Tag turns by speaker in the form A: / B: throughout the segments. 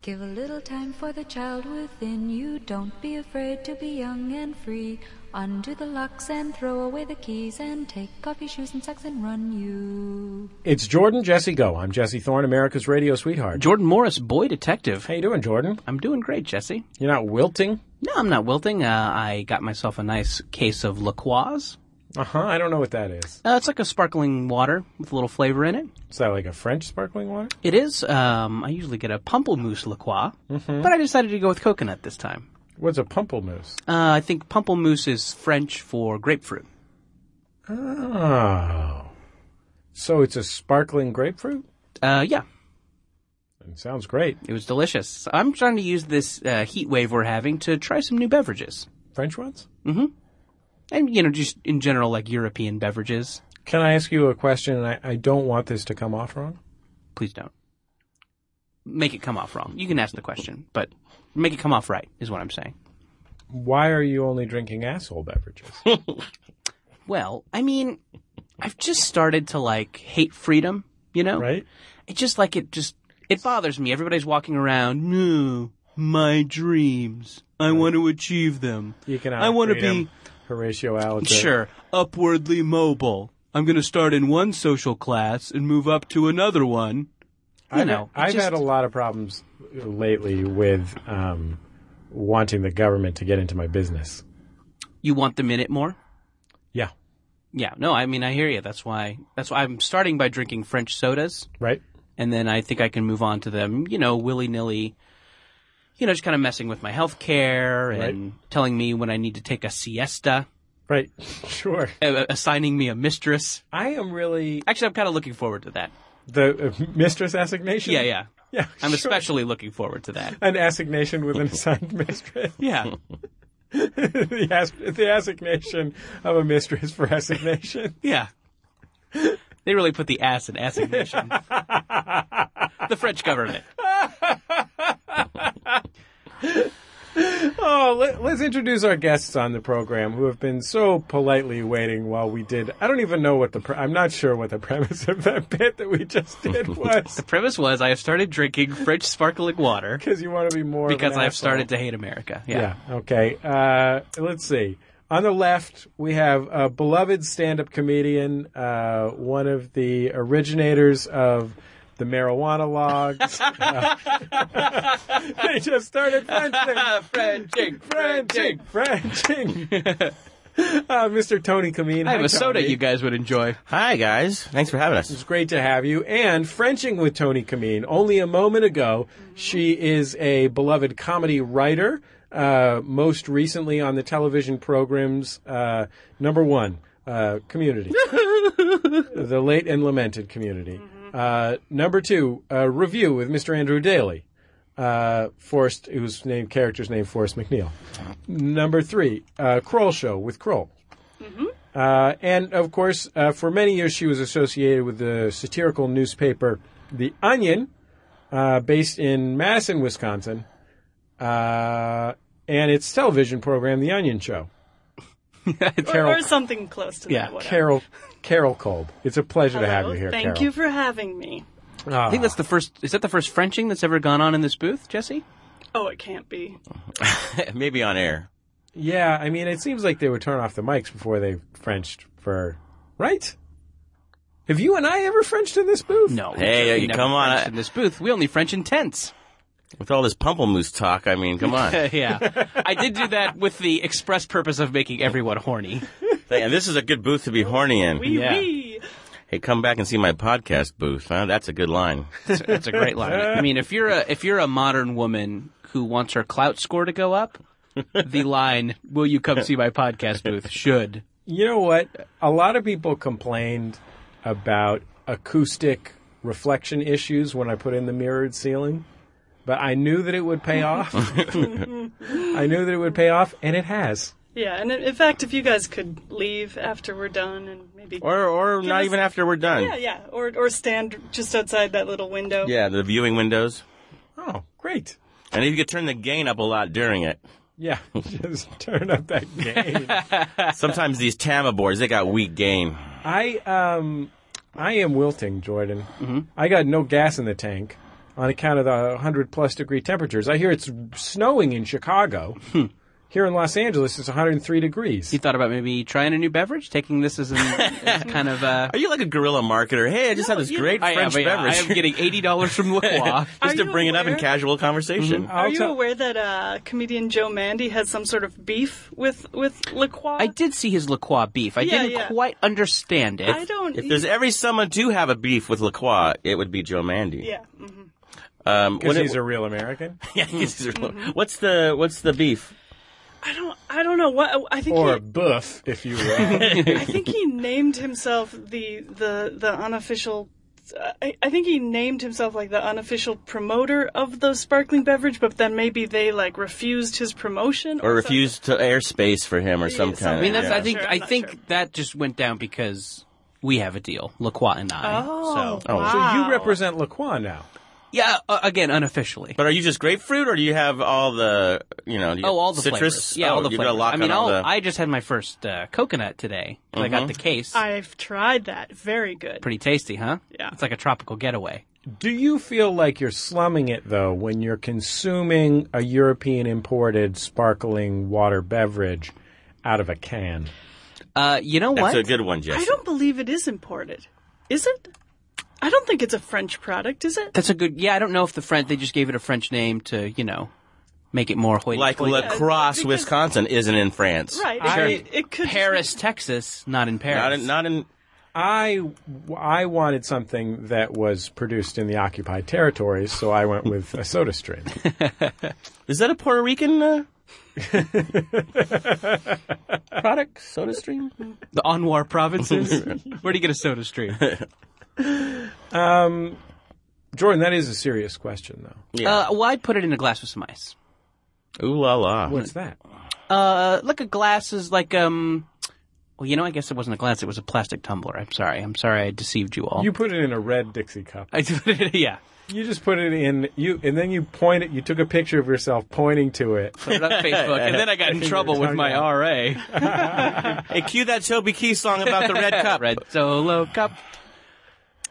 A: Give a little time for the child within you. Don't be afraid to be young and free. Undo the locks and throw away the keys and take off your shoes and socks and run you.
B: It's Jordan Jesse Go. I'm Jesse Thorne, America's radio sweetheart.
C: Jordan Morris, boy detective.
B: How you doing, Jordan?
C: I'm doing great, Jesse.
B: You're not wilting?
C: No, I'm not wilting. Uh, I got myself a nice case of La Croix.
B: Uh huh. I don't know what that is.
C: Uh, it's like a sparkling water with a little flavor in it.
B: Is that like a French sparkling water?
C: It is. Um, I usually get a pamplemousse La Croix, but I decided to go with coconut this time.
B: What's a pumplemousse?
C: Uh, I think pamplemousse is French for grapefruit.
B: Oh. So it's a sparkling grapefruit?
C: Uh, yeah,
B: It sounds great.
C: it was delicious. I'm trying to use this uh, heat wave we're having to try some new beverages, Mm-hmm.
B: French ones?
C: and you know, just in general, like European beverages.
B: Can I ask you a question? And I, I don't want this to come off wrong.
C: Please don't make it come off wrong. You can ask the question, but make it come off right is what I'm saying.
B: Why are you only drinking asshole beverages?
C: Well, I mean, I've just started to like hate freedom, you know?
B: right?
C: It just like it just it bothers me. Everybody's walking around, no, my dreams. I want to achieve them.
B: Economic
C: I want to
B: freedom,
C: be
B: Horatio Alger.
C: sure upwardly mobile. I'm going to start in one social class and move up to another one. You
B: I've,
C: know, it
B: I've
C: just-
B: had a lot of problems lately with um, wanting the government to get into my business.
C: You want the minute more?
B: Yeah.
C: Yeah. No, I mean I hear you. That's why that's why I'm starting by drinking French sodas.
B: Right?
C: and then I think I can move on to them, you know, willy nilly, you know, just kind of messing with my health care and telling me when I need to take a siesta,
B: Right. Sure.
C: uh, assigning me a mistress.
B: I am really
C: Actually, I'm kind of looking forward to that.
B: the uh, mistress assignation.
C: Yeah, yeah.
B: Yeah.
C: I'm
B: sure.
C: especially looking forward to that.
B: an assignation with an assigned mistress.
C: Yeah.
B: the, as- the assignation of a mistress for assignation.
C: Yeah. They really put the ass in assignation. the French government.
B: Oh, let, let's introduce our guests on the program who have been so politely waiting while we did. I don't even know what the. Pre- I'm not sure what the premise of that bit that we just did was.
C: Premise was I have started drinking French sparkling water
B: Because you want to be more. of an
C: because I've
B: asshole.
C: started to hate America. Yeah.
B: Yeah. Okay. Uh, let's see. On the left, we have a beloved stand-up comedian, uh, one of the originators of the marijuana logs. Uh, they just started Frenching,
C: Ah, Frenching,
B: Frenching,
C: Frenching.
B: Frenching. Uh, Mr. Tony Kameen.
C: I have
B: Hi,
C: a soda
B: Tony.
C: you guys would enjoy.
D: Hi, guys. Thanks for having us.
B: It's great to have you. And Frenching with Tony Kameen. Only a moment ago, she is a beloved comedy writer, uh, most recently on the television programs uh, number one, uh, Community, the late and lamented Community. Uh, number two, uh, Review with Mr. Andrew Daly. Uh, Forrest, whose name character's name Forrest McNeil. Number three, uh, Kroll Show with Kroll. Uh, and of course, uh, for many years, she was associated with the satirical newspaper The Onion, uh, based in Madison, Wisconsin, uh, and its television program, The Onion Show.
E: Or, or something close to
C: Yeah,
E: that. whatever.
B: Carol, Carol Kolb. It's a pleasure to have
E: Hello,
B: you here,
E: Thank
B: Carol.
E: you for having me.
C: I think that's the first. Is that the first Frenching that's ever gone on in this booth, Jesse?
E: Oh, it can't be.
D: Maybe on air.
B: Ah. Yeah, I mean, it seems like they would turn off the mics before they Frenched for, right? Have you and I ever Frenched in this booth?
C: No. we
D: Hey,
C: certainly
D: you
C: never
D: come on,
C: Frenched
D: I-
C: In this booth, we only French in tents.
D: With all this pumplemoose talk, I mean, come on.
C: yeah, I did do that with the express purpose of making everyone horny.
D: and this is a good booth to be horny in.
E: Wee
C: Yeah.
E: wee.
D: Hey, come back and see my podcast booth. Huh? That's a good line.
C: That's, that's a great line. I mean, if you're a if you're a modern woman who wants her clout score to go up, the line "Will you come see my podcast booth?" should.
B: You know what? A lot of people complained about acoustic reflection issues when I put in the mirrored ceiling, but I knew that it would pay off. I knew that it would pay off, and it has.
E: Yeah, and in in fact, if you guys could leave after we're done and maybe.
D: Or, or not
E: us-
D: even after we're done.
E: yeah, yeah. Or, or stand just outside that little window.
D: Yeah, the viewing windows.
B: Oh, great.
D: And if you could turn the gain up a lot during it.
B: Yeah, just turn up that gain.
D: Sometimes these Tama boards, they got weak gain.
B: Mm-hmm. I um, I am wilting, Jordan. I got no gas in the tank. on account of the 100 plus degree temperatures. I hear it's snowing in Chicago. Here in Los Angeles, Hmm. it's 103 degrees.
C: You thought about maybe trying a new beverage, taking this as, an, as kind of a.
D: Are you like a guerrilla marketer? Hey, I just had this great
C: I am,
D: French
C: yeah,
D: beverage.
C: I am getting eighty dollars from LaCroix.
E: Are
D: just to
E: you
D: bring it up in
E: aware? Mm-hmm.
D: casual conversation.
B: I'll
E: Are you
B: tell-
E: aware that uh, comedian Joe Mandy has some sort of beef with with LaCroix?
C: I did see his LaCroix beef. I
E: Yeah,
C: didn't
E: yeah.
C: quite understand it.
E: I don't. e-
D: If there's ever someone do have a beef with LaCroix, it would be Joe Mandy.
E: yeah. mhm.
D: Um,
B: Because
D: when it-
B: he's a real American.
D: yeah, 'cause he's a-
E: Mm-hmm.
D: What's the what's the beef?
E: I don't. I don't know what. I think.
B: Or
E: He,
B: a boof, if you will.
E: I think he named himself the the the unofficial. I, I think he named himself like the unofficial promoter of the sparkling beverage, but then maybe they like refused his promotion
D: Or
E: something.
D: refuse to air space for him or some
E: Yeah,
D: kind
E: something
D: of
C: I mean, that's.
E: Yeah.
C: I think.
E: Sure, I'm
C: I
E: not
C: think
E: sure.
C: that just went down because we have a deal, LaCroix and I.
E: Oh,
C: So,
D: wow.
B: so you represent LaCroix now.
C: yeah. Uh, again, unofficially.
D: But are you just grapefruit, or do you have all the you know?
C: Oh, all the
D: citrus.
C: flavors. Yeah,
D: Oh,
C: all the
D: you got a
C: flavors.
D: lock
C: I mean,
D: on all
C: I'll-
D: the- Mm-hmm.
C: I just had my first uh, coconut today. 'cause I got the case.
E: I've tried that. Very good.
C: Pretty tasty, huh?
E: Yeah.
C: It's like a tropical getaway.
B: Do you feel like you're slumming it though when you're consuming a European imported sparkling water beverage out of a can?
C: Uh, you know
D: That's
C: what?
D: a good one, Jesse.
E: I don't believe it is imported. Is it? I don't think it's a French product, is it?
C: That's a good. Yeah, I don't know if the French they just gave it a French name to you know make it more hoity.
D: like La Crosse,
E: because-
D: Wisconsin, isn't in France.
E: Right.
B: I-
E: it, it could
C: Paris, Texas, not in Paris.
D: Not in, not in
B: I I wanted something that was produced in the occupied territories, so I went with a soda stream.
D: Is that a Puerto Rican uh, product? Soda Stream?
C: the Anwar provinces. Where do you get a soda stream?
B: Jordan, that is a serious question though.
C: uh, well, I'd put it in a glass with some ice.
D: Ooh la la.
B: What's that?
C: Uh, like a glass is like um. Well, you know, I guess it wasn't a glass; it was a plastic tumbler. I'm sorry. I'm sorry, I deceived you all.
B: You put it in a red Dixie cup.
C: I did, yeah.
B: You just put it in you and then you point it you took a picture of yourself pointing to it.
C: Put it on Facebook, and then I got in trouble with my RA.
D: Hey, cue that Toby Key song about the red cup.
C: red solo cup.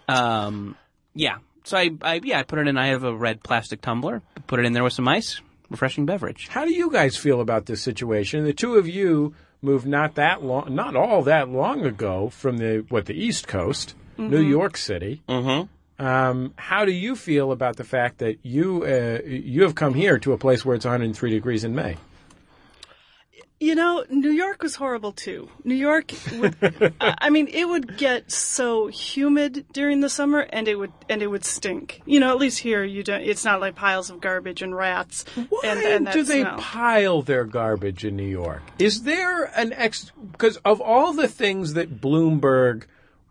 C: Um, yeah. So I, I yeah, I put it in. I have a red plastic tumbler. Put it in there with some ice. Refreshing beverage.
B: How do you guys feel about this situation? The two of you moved not that long, not all that long ago from the what the East Coast, New York City. Mm-hmm. Um, how do you feel about the fact that you uh, you have come here to a place where it's 103 degrees in May?
E: You know, New York was horrible too. New York, would, I I mean, it would get so humid during the summer, and it would and it would stink. You know, at least here you don't. It's not like piles of garbage and rats.
B: Why
E: and, and that
B: do they
E: smell.
B: pile their garbage in New York? Is there an ex? Because of all the things that Bloomberg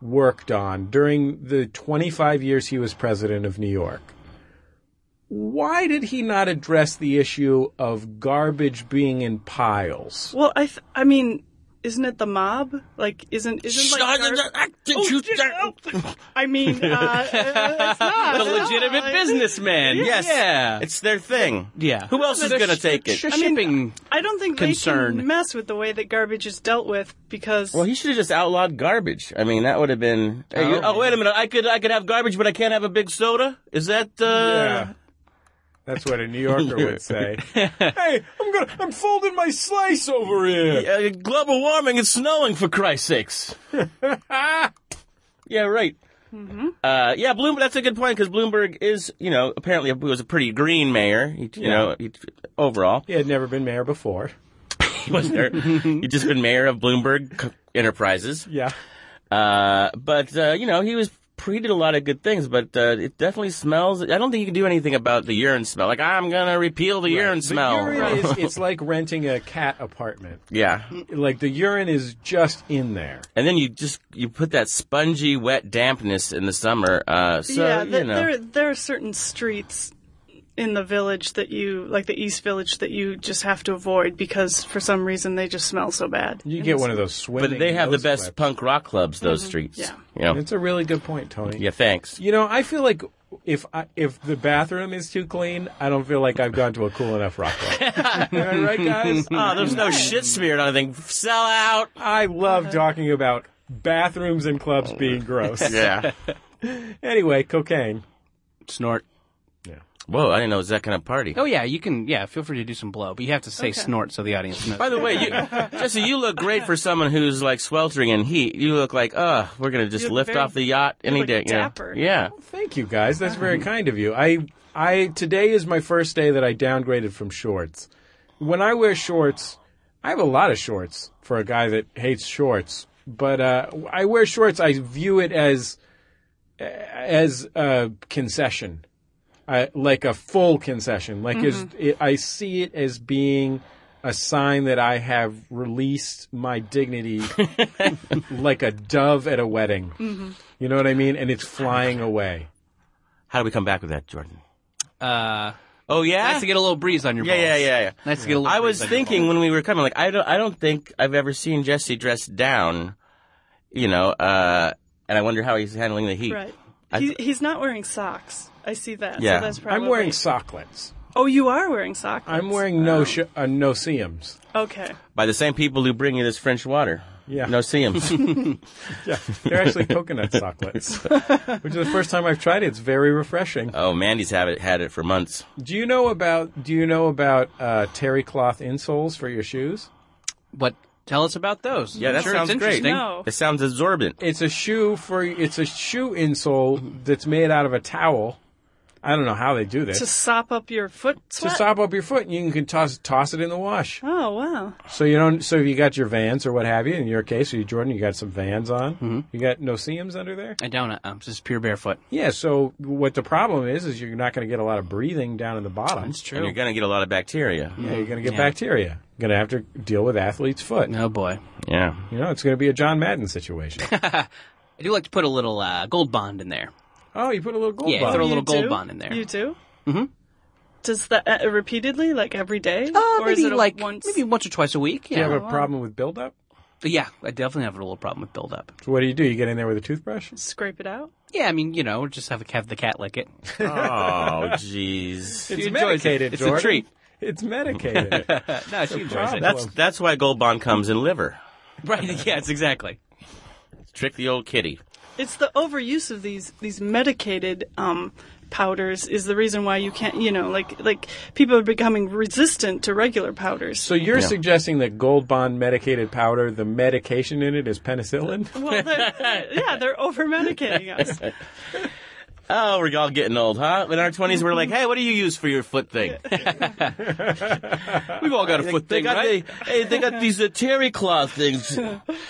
B: worked on during the 25 years he was president of New York, why did he not address the issue of garbage being in piles?
E: Well, I th- I mean, isn't it the mob? Like, isn't isn't like? gar- Oh, did- oh. I mean, uh, uh, it's not
C: A
E: it's not.
C: legitimate
E: I-
C: businessman.
D: Yes.
C: Yeah.
D: It's their thing.
C: yeah.
D: Who else is
C: The
D: going to
C: sh-
D: take it?
C: sh- shipping.
E: I don't think they
C: concern.
E: can mess with the way that garbage is dealt with because
D: Well, he should have just outlawed garbage. I mean, that would have been. Hey, you- Oh, wait a minute! I could, I could have garbage, but I can't have a big soda. Is that? Uh...
B: Yeah. That's what a New Yorker would say. hey, I'm gonna, I'm folding my slice over here.
D: Uh, global warming, it's snowing for Christ's sakes. yeah, right. Uh, yeah, Bloomberg, that's a good point because Bloomberg is, you know, apparently he was a pretty green mayor, he, you know, he, overall.
B: He had never been mayor before.
D: He was there. He'd just been mayor of Bloomberg Co- Enterprises.
B: Yeah.
D: Uh, but, uh, you know, he was. He did a lot of good things, but uh, it definitely smells. I don't think you can do anything about the urine smell. Like I'm gonna repeal the urine smell.
B: The urine is, it's like renting a cat apartment.
D: yeah,
B: like the urine is just in there.
D: and then you just you put that spongy, wet dampness in the summer. Uh, so
E: yeah,
D: you
E: th-
D: know.
E: there there are certain streets in the village that you like the East Village that you just have to avoid because for some reason they just smell so bad.
B: You get one of those swimming.
D: But they have the
B: nose
D: best
B: clips.
D: punk rock clubs, those streets.
E: Yeah.
D: You know?
B: It's a really good point, Tony.
D: Yeah, thanks.
B: You know, I feel like if I, if the bathroom is too clean, I don't feel like I've gone to a cool enough rock club. Am I right, guys?
D: Oh, there's no shit smeared on anything. Sell out.
B: I love talking about bathrooms and clubs being gross.
D: Yeah.
B: Anyway, cocaine.
C: Snort.
B: Yeah.
D: Whoa, I didn't know it was that kind of party.
C: Oh yeah, you can. Yeah, feel free to do some blow, but you have to say snort so the audience knows.
D: By the way, you, Jesse, you look great for someone who's like sweltering in heat. You look like, uh, we're gonna just
E: You look
D: lift
E: very-
D: off the yacht
E: you
D: any
E: look
D: day. you know.
E: dapper.
D: Yeah.
B: Thank you guys. That's very kind of you. I I today is my first day that I downgraded from shorts. When I wear shorts, I have a lot of shorts for a guy that hates shorts. But uh, I wear shorts. I view it as as a concession, I, like a full concession. Like is it, I see it as being a sign that I have released my dignity, like a dove at a wedding. You know what I mean? And it's flying away.
D: How do we come back with that, Jordan?
C: uh,
D: Oh yeah.
C: nice to get a little breeze on your
D: yeah,
C: balls.
D: yeah, yeah, yeah.
C: Nice to get a little.
D: I
C: breeze
D: was
C: on your
D: thinking
C: balls.
D: when we were coming, like I don't, I don't think I've ever seen Jesse dressed down. You know, uh, and I wonder how he's handling the heat.
E: Right.
D: I-
E: He, he's not wearing socks. I see that.
D: Yeah.
E: So that's probably.
B: I'm wearing socklets.
E: Oh, you are wearing socks.
B: I'm wearing
E: um,
B: no sh- uh, no seams.
E: Okay.
D: By the same people who bring you this French water.
B: Yeah.
D: No see him.
B: Yeah, they're actually coconut socklets, which is the first time I've tried it. It's very refreshing.
D: oh, Mandy's have it, had it for months.
B: Do you know about Do you know about uh, terry cloth insoles for your shoes?
C: What? Tell us about those.
D: Yeah,
C: I'm
D: that
C: sure
D: sounds
C: it's
D: great.
C: interesting.
E: No.
D: It sounds absorbent.
B: It's a shoe for it's a shoe insole that's made out of a towel. I don't know how they do this.
E: To sop up your foot
B: to
E: sweat.
B: sop up your foot, and you can toss toss it in the wash.
E: Oh wow.
B: So you don't. So if you got your Vans or what have you, in your case, or you Jordan, you got some Vans on.
E: Mm-hmm.
B: You got no seams under there.
C: I don't. I'm just pure barefoot.
B: Yeah, so what the problem is is you're not going to get a lot of breathing down in the bottom.
D: And you're going to get a lot of bacteria.
B: Yeah, you're going to get bacteria. You're going to have to deal with athlete's foot.
C: Oh boy.
D: Yeah.
B: You know, it's going to be a John Madden situation.
C: I do like to put a little uh, gold bond in there.
B: oh, you put a little gold
C: Yeah,
B: bond.
C: throw a little
E: You
C: gold
E: do?
C: bond in there.
E: You do. Mm-hmm. Does that uh, repeatedly, like every day,
C: Uh,
E: or
C: maybe
E: is it a
C: like
E: once?
C: maybe once or twice a week.
B: Do you
C: Yeah.
B: have a problem with buildup?
C: yeah, I definitely have a little problem with buildup.
B: So what do you do? You get in there with a toothbrush?
E: Scrape it out.
C: Yeah, I mean, you know, just have, have the cat lick it.
D: Oh, jeez.
B: It's
C: enjoys it.
B: medicated,
C: It's a
B: Jordan.
C: treat.
B: It's medicated.
C: no, she enjoys it.
D: That's that's why Gold Bond comes in liver.
C: right. Yes, exactly.
D: Trick the old kitty.
E: It's the overuse of these these medicated um, powders is the reason why you can't. You know, like like people are becoming resistant to regular powders.
B: so you're suggesting that gold bond medicated powder, the medication in it is penicillin?
E: well, they're, yeah, they're over medicating us.
D: Oh, we're all getting old, huh? In our twenties, we're like, hey, what do you use for your foot thing?
C: We've all got a foot
D: they
C: thing,
D: got
C: right?
D: the- hey, they got these uh, terry cloth things.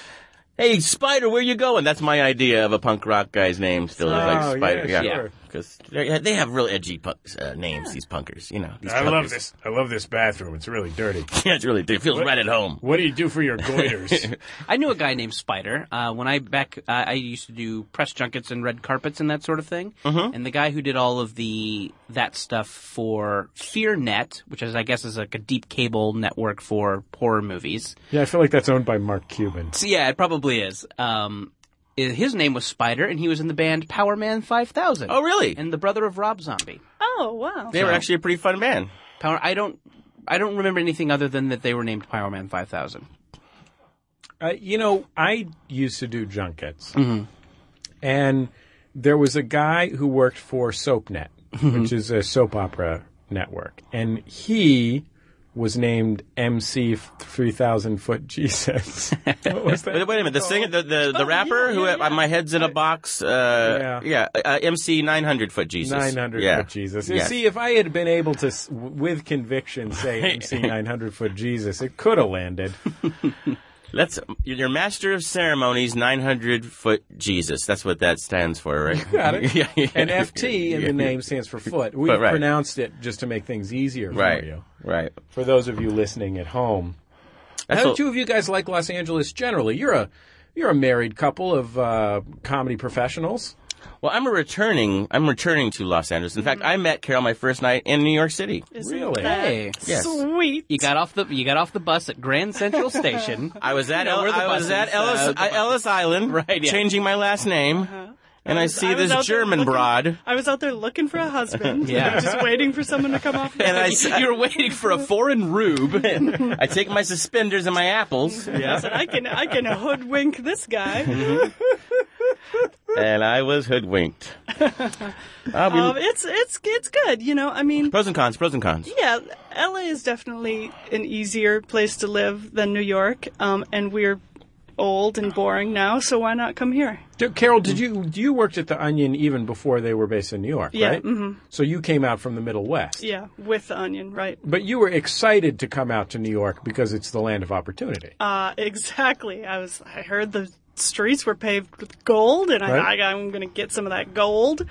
D: hey, Spider, where you going? That's my idea of a punk rock guy's name. Still, is
B: Oh, yeah,
D: like Spider.
B: sure.
D: Because they have real edgy punk, uh, names. These punkers, you know. These punkers.
B: I love this bathroom. It's really dirty.
D: Yeah, it's really. It feels right at home.
B: What do you do for your goiters?
C: I knew a guy named Spider. Uh, when I back, uh, I used to do press junkets and red carpets and that sort of thing.
D: Mm-hmm.
C: And the guy who did all of the that stuff for FearNet, which is I guess is like a deep cable network for horror movies.
B: yeah, I feel like that's owned by Mark Cuban.
C: So yeah, it probably is. Um, i- his name was Spider, and he was in the band Power Man Five Thousand.
D: Oh, really?
C: And the brother of Rob Zombie.
E: Oh wow.
D: they were actually a pretty fun band.
C: Power. I don't. I don't remember anything other than that they were named Power Man Five Thousand.
B: Uh, you know, I used to do junkets,
D: Mm-hmm.
B: and there was a guy who worked for SoapNet,
D: Mm-hmm.
B: which is a soap opera network, and he was named MC Three Thousand Foot Jesus. what was
D: Wait,
B: that?
D: wait a minute. The singer, the the, the rapper
E: yeah,
D: who uh,
E: yeah, yeah.
D: my head's in a box. Uh, yeah. uh, MC nine hundred foot Jesus.
B: Nine hundred
D: Yeah.
B: foot Jesus. You
D: Yes.
B: see, if I had been able to, s- w- with conviction, say MC nine hundred foot Jesus, it could have landed.
D: That's your master of ceremonies, 900 foot Jesus. That's what that stands for, right?
B: Got it.
D: yeah, yeah.
B: And FT in the name stands for foot. We
D: But right.
B: pronounced it just to make things easier for
D: Right.
B: you.
D: Right.
B: For those of you listening at home,
D: That's
B: How
D: a-
B: do two of you guys like Los Angeles generally? You're a you're a married couple of uh, comedy professionals.
D: Well, I'm a returning. I'm returning to Los Angeles. In fact, I met Carol my first night in New York City.
E: Isn't
B: really?
E: that
C: Hey.
D: Yes.
E: Sweet.
C: You got off the you got off the bus at Grand Central Station.
D: I was at
C: You know,
D: El-
C: we're the
D: I was
C: buses,
D: at Ellis,
C: uh, the
D: I-
C: buses.
D: Ellis Island,
C: Right, yeah.
D: Changing my last name, and I, see
E: Uh-huh. was out
D: this
E: there
D: German
E: looking-
D: broad.
E: I was out there looking for a husband.
C: Yeah.
E: Just waiting for someone to come off. the-
D: And I, s-
C: You're waiting for a foreign rube.
D: I take my suspenders and my apples.
E: I said, I can I can hoodwink this guy.
D: and I was hoodwinked. I'll be-
E: Um, it's it's it's good, you know. I mean,
D: pros and cons. Pros and cons.
E: yeah, LA is definitely an easier place to live than New York, um, and we're old and boring now, so why not come here?
B: D- Carol, did you you worked at the Onion even before they were based in New York,
E: Yeah,
B: right? Mm-hmm. So you came out from the Middle West.
E: Yeah, with the onion, right?
B: But you were excited to come out to New York because it's the land of opportunity.
E: Uh, exactly. I was. I heard the streets were paved with gold, and
B: Right.
E: I, I, I'm going to get some of that gold.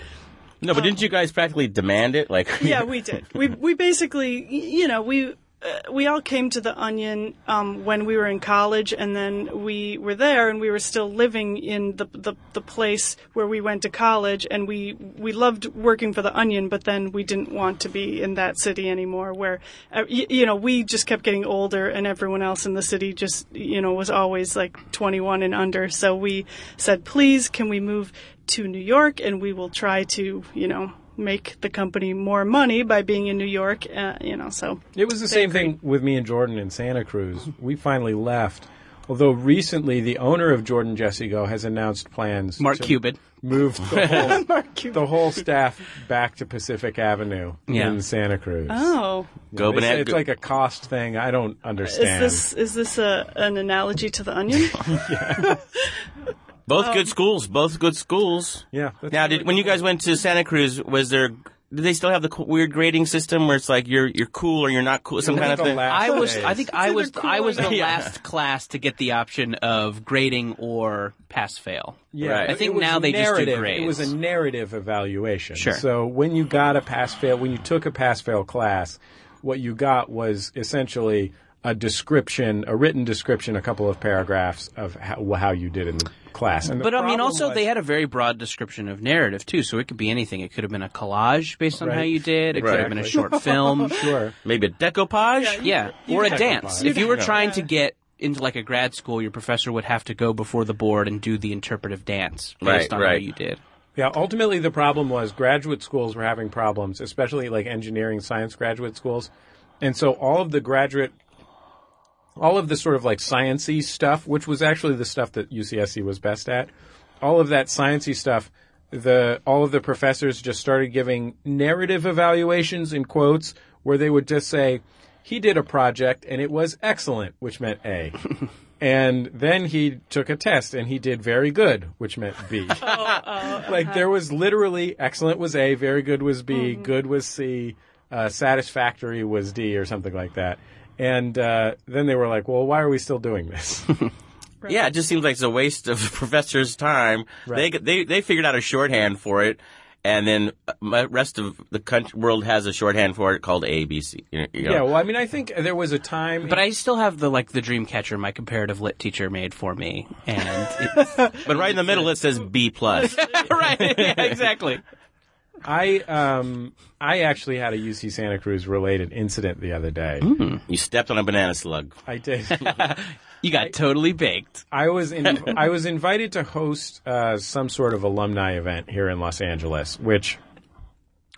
D: No, but didn't you guys practically demand it? Like,
E: yeah, we did. We we basically, y- you know, we uh, we all came to the Onion um, when we were in college, and then we were there, and we were still living in the the, the place where we went to college, and we we loved working for the Onion, but then we didn't want to be in that city anymore, where uh, y- you know we just kept getting older, and everyone else in the city just you know was always like 21 and under, so we said, please, can we move? to New York, and we will try to, you know, make the company more money by being in New York. Uh, you know, so
B: It was the same thing with me and Jordan in Santa Cruz. We finally left. Although recently the owner of Jordan Jesse Go has announced plans
C: Mark
B: to
C: Cuban.
B: move the whole,
E: Mark Cuban.
B: the whole staff back to Pacific Avenue
C: Yeah.
B: in Santa Cruz.
E: Oh,
D: go
B: They say
D: banana.
B: it's like a cost thing. I don't understand.
E: is this is this a, an analogy to the Onion?
D: both
C: um,
D: good schools. Both good schools.
B: yeah. that's
D: Now, did when you guys went to Santa Cruz, was there? Did they still have the co- weird grading system where it's like you're you're cool or you're not cool, some
B: It
D: kind
B: was
D: of
B: the
D: thing?
B: last
C: I was.
B: days.
C: I think I was. I was the
D: Yeah.
C: last class to get the option of grading or pass fail.
B: Yeah,
D: Right.
B: but
D: I
C: think
B: it was
C: now they just do
B: narrative- It
C: grades.
B: was a narrative evaluation.
C: Sure.
B: So when you got a pass fail, when you took a pass fail class, what you got was essentially a description, a written description, a couple of paragraphs of how, how you did in the class. And the
C: But I mean,
B: problem
C: also
B: was-
C: they had a very broad description of narrative too, so it could be anything. It could have been a collage based on how
B: Right.
C: you did. It could have been a
B: Exactly.
C: short film.
B: sure.
D: Maybe a decoupage.
C: Yeah, or a
B: could-
C: dance.
B: you
C: If you were
D: could-
C: trying to get into like a grad school, your professor would have to go before the board and do the interpretive dance based
D: Right,
C: on how
D: right.
C: you did.
B: Yeah, ultimately the problem was graduate schools were having problems, especially like engineering science graduate schools. And so all of the graduate all of the sort of like sciency stuff, which was actually the stuff that UCSC was best at, all of that sciency stuff, the all of the professors just started giving narrative evaluations in quotes where they would just say he did a project and it was excellent, which meant A. and then he took a test and he did very good, which meant B. like there was literally excellent was A, very good was B, good was C, uh, satisfactory was D, or something like that. And uh, then they were like, "Well, why are we still doing this?"
D: Yeah, it just seems like it's a waste of professors' time. They they they figured out a shorthand for it, and then uh, the rest of the country, world has a shorthand for it called ABC. You know, you know.
B: yeah. Well, I mean, I think there was a time,
C: But I still have the like the dream catcher my comparative lit teacher made for me, and it's,
D: but right in the middle it says B plus.
C: right, yeah, exactly.
B: I um, I actually had a UC Santa Cruz related incident the other day.
C: Mm-hmm.
D: you stepped on a banana slug.
B: I did.
C: You got totally baked.
B: I was in, I was invited to host uh, some sort of alumni event here in Los Angeles, which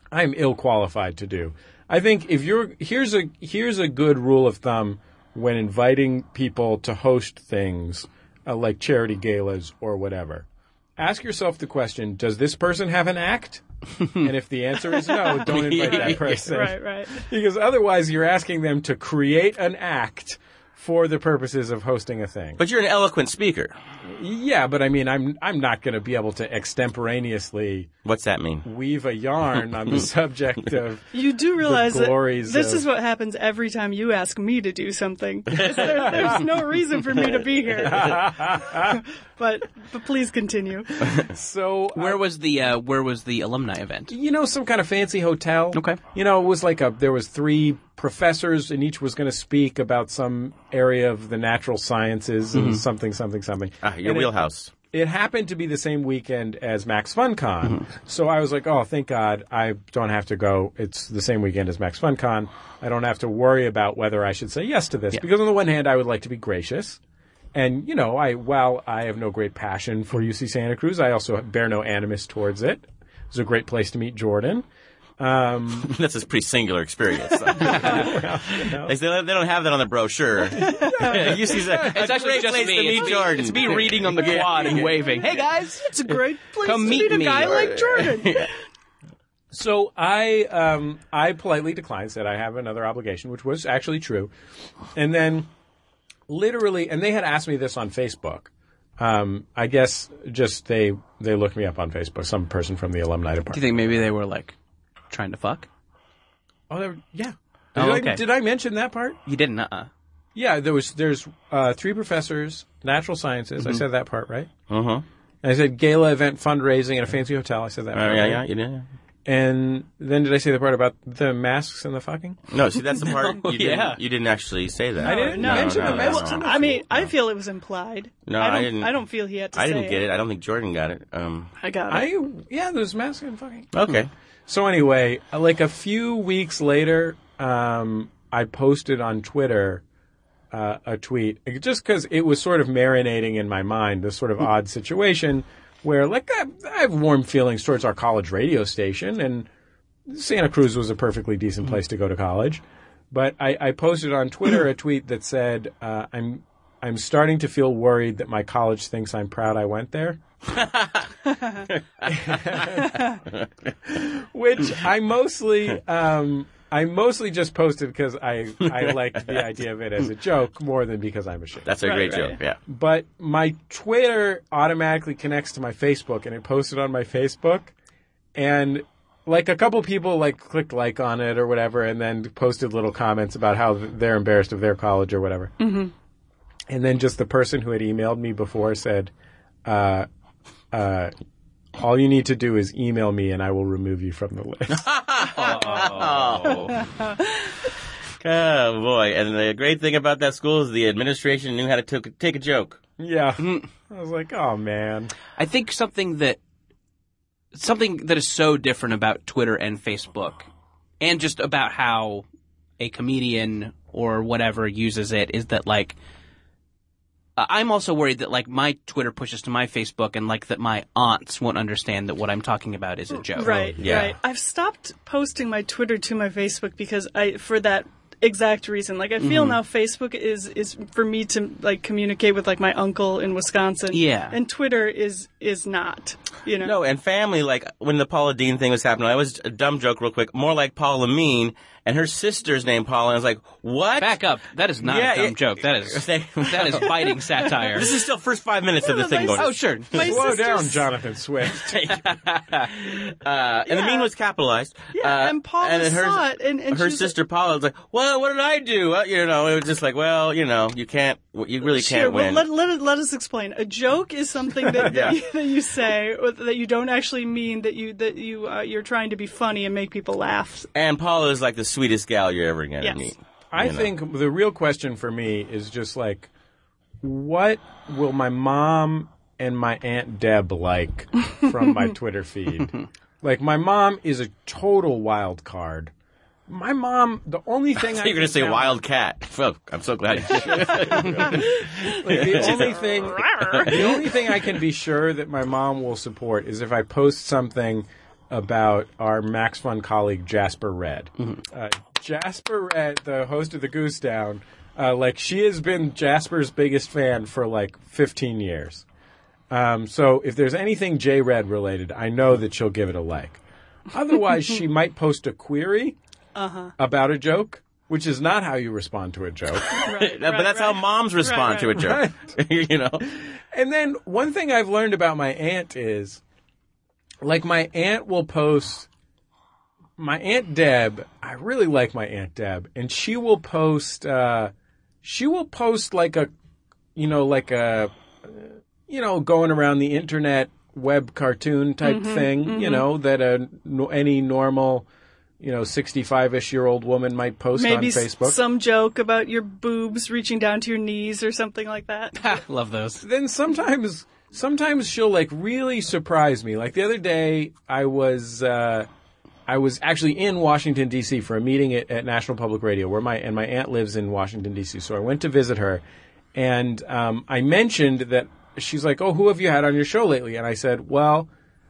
B: I'm ill qualified to do. I think if you're here's a here's a good rule of thumb when inviting people to host things uh, like charity galas or whatever. Ask yourself the question: Does this person have an act? and if the answer is no, don't invite that person.
E: right, right.
B: Because otherwise, you're asking them to create an act for the purposes of hosting a thing.
D: But you're an eloquent speaker.
B: Yeah, but I mean, I'm I'm not going to be able to extemporaneously
D: What's that mean?
B: weave a yarn on the subject of.
E: You do realize that
B: glories
E: this
B: of-
E: is what happens every time you ask me to do something. There- there's no reason for me to be here. but but please continue.
B: So I-
C: Where was the uh, where was the alumni event?
B: you know, some kind of fancy hotel.
C: Okay.
B: You know, it was like a there was three professors, and each was going to speak about some area of the natural sciences and something, something, something.
D: Mm-hmm. Ah, your
B: And it-
D: wheelhouse.
B: it happened to be the same weekend as Max FunCon, so I was like, "Oh, thank God, I don't have to go. It's the same weekend as Max FunCon. I don't have to worry about whether I should say yes to this." Because on the one hand, I would like to be gracious, and you know, I while I have no great passion for UC Santa Cruz, I also bear no animus towards it. It was a great place to meet Jordan, Um,
D: That's a pretty singular experience. they, say they don't have that on the brochure. UC's a,
C: It's
D: a
C: actually
D: great
C: just
D: place
C: me.
D: to meet
C: It's me-
D: Jordan.
C: it's me reading on the
D: Yeah.
C: quad and waving.
D: Hey guys,
E: It's a great place
C: Come
E: to
C: meet
E: meet a
C: me.
E: guy like Jordan.
B: so I um, I politely declined, said I have another obligation, which was actually true. And then, literally, and they had asked me this on Facebook. Um, I guess just they they looked me up on Facebook. Some person from the alumni
C: Do you
B: department.
C: think maybe they were like trying to fuck?
B: Oh, they were, yeah.
C: Oh,
B: did, I,
C: okay.
B: did I mention that part?
C: You didn't, uh uh
B: Yeah, there was there's uh, three professors, natural sciences. I said that part right. Uh
D: Uh-huh.
B: I said gala event fundraising at a fancy hotel. I said that. part,
D: Oh, yeah,
B: right?
D: yeah, you did.
B: And then did I say the part about the masks and the fucking?
D: No, see, that's the part you,
C: yeah.
D: didn't, you didn't actually say that. I
B: didn't mention the masks and the-
E: I mean, I feel it was implied.
D: No,
E: I, don't,
D: I didn't-
E: I don't feel he had to
D: I
E: say
D: didn't get it. I don't think Jordan got it. Um,
E: I got it.
B: I yeah, there's masks and fucking.
D: okay.
B: So anyway, uh, like a few weeks later, um, I posted on Twitter uh, a tweet uh, just because it was sort of marinating in my mind this sort of odd situation where like I, I have warm feelings towards our college radio station and Santa Cruz was a perfectly decent place to go to college, but I, I posted on Twitter a tweet that said uh, I'm I'm starting to feel worried that my college thinks I'm proud I went there. which I mostly um, I mostly just posted because I I liked the idea of it as a joke more than because I'm ashamed.
D: That's a great joke. Yeah.
B: but my Twitter automatically connects to my Facebook, and it posted on my Facebook, and like a couple people like clicked like on it or whatever, and then posted little comments about how they're embarrassed of their college or whatever. Mm-hmm. And then just the person who had emailed me before said. Uh, uh, all you need to do is email me and I will remove you from the list.
D: Oh boy! And the great thing about that school is the administration knew how to took, take a joke.
B: Yeah. I was like, oh man.
C: I think something that something that is so different about Twitter and Facebook, and just about how a comedian or whatever uses it is that like I- I'm also worried that like my Twitter pushes to my Facebook and like that my aunts won't understand that what I'm talking about is a joke.
E: Right,
D: Oh, yeah.
E: right. I've stopped posting my Twitter to my Facebook because I for that exact reason. Like I feel
D: Mm-hmm.
E: now Facebook is is for me to like communicate with like my uncle in Wisconsin.
C: Yeah.
E: And Twitter is is not. You know.
D: No, and family, like when the Paula Dean thing was happening, I was a dumb joke real quick, more like Paula Mean, and her sister's name Paula, and I was like, what?
C: Back up. That is not
D: Yeah,
C: a dumb
D: it-
C: joke. That is that is biting satire.
D: This is still first five minutes of the thing going.
C: oh sure.
E: My
B: Slow
E: sister's-
B: down, Jonathan Swift.
D: Uh, and the mean was capitalized.
E: Yeah,
D: Uh,
E: and Paula
D: then her,
E: saw it, and, and
D: her
E: she was like-
D: sister Paula was like, well, what did I do? Uh, you know, it was just like, well, you know, you can't, you really can't
E: Sure.
D: win.
E: Well, let, let, it- let us explain. A joke is something that,
D: Yeah.
E: that, you, that you say or that you don't actually mean. That you that you uh, you're trying to be funny and make people laugh.
D: and Paula is like the sweetest gal you're ever going to
E: Yes.
D: meet.
B: I
D: You know.
B: think the real question for me is just like, what will my mom and my Aunt Deb like from my Twitter feed? Like, my mom is a total wild card. My mom, the only thing I
D: You're going
B: can
D: to say
B: count-
D: wild cat. Well, I'm so glad. you did.
B: Like, the only thing, the only thing I can be sure that my mom will support is if I post something about our Max Fun colleague Jasper Red. Uh, Jasper Red, the host of the Goose Down, uh, like she has been Jasper's biggest fan for like 15 years. Um, so if there's anything J Red related, I know that she'll give it a like. Otherwise, she might post a query about a joke, which is not how you respond to a joke.
D: but that's how moms
E: right.
D: respond to a joke. you know?
B: And then one thing I've learned about my aunt is like my aunt will post my aunt Deb, I really like my aunt Deb and she will post uh she will post like a you know like a uh, you know going around the internet web cartoon type
E: Mm-hmm,
B: thing, you know, that a no- any normal you know, 65ish year old woman might post
E: Maybe
B: on
E: s-
B: Facebook.
E: some joke about your boobs reaching down to your knees or something like that.
C: Love those.
B: then sometimes sometimes she'll like really surprise me. Like the other day, I was uh, I was actually in Washington D.C. for a meeting at, at National Public Radio, where my and my aunt lives in Washington D.C. So I went to visit her, and um, I mentioned that she's like, "Oh, who have you had on your show lately?" And I said, "Well."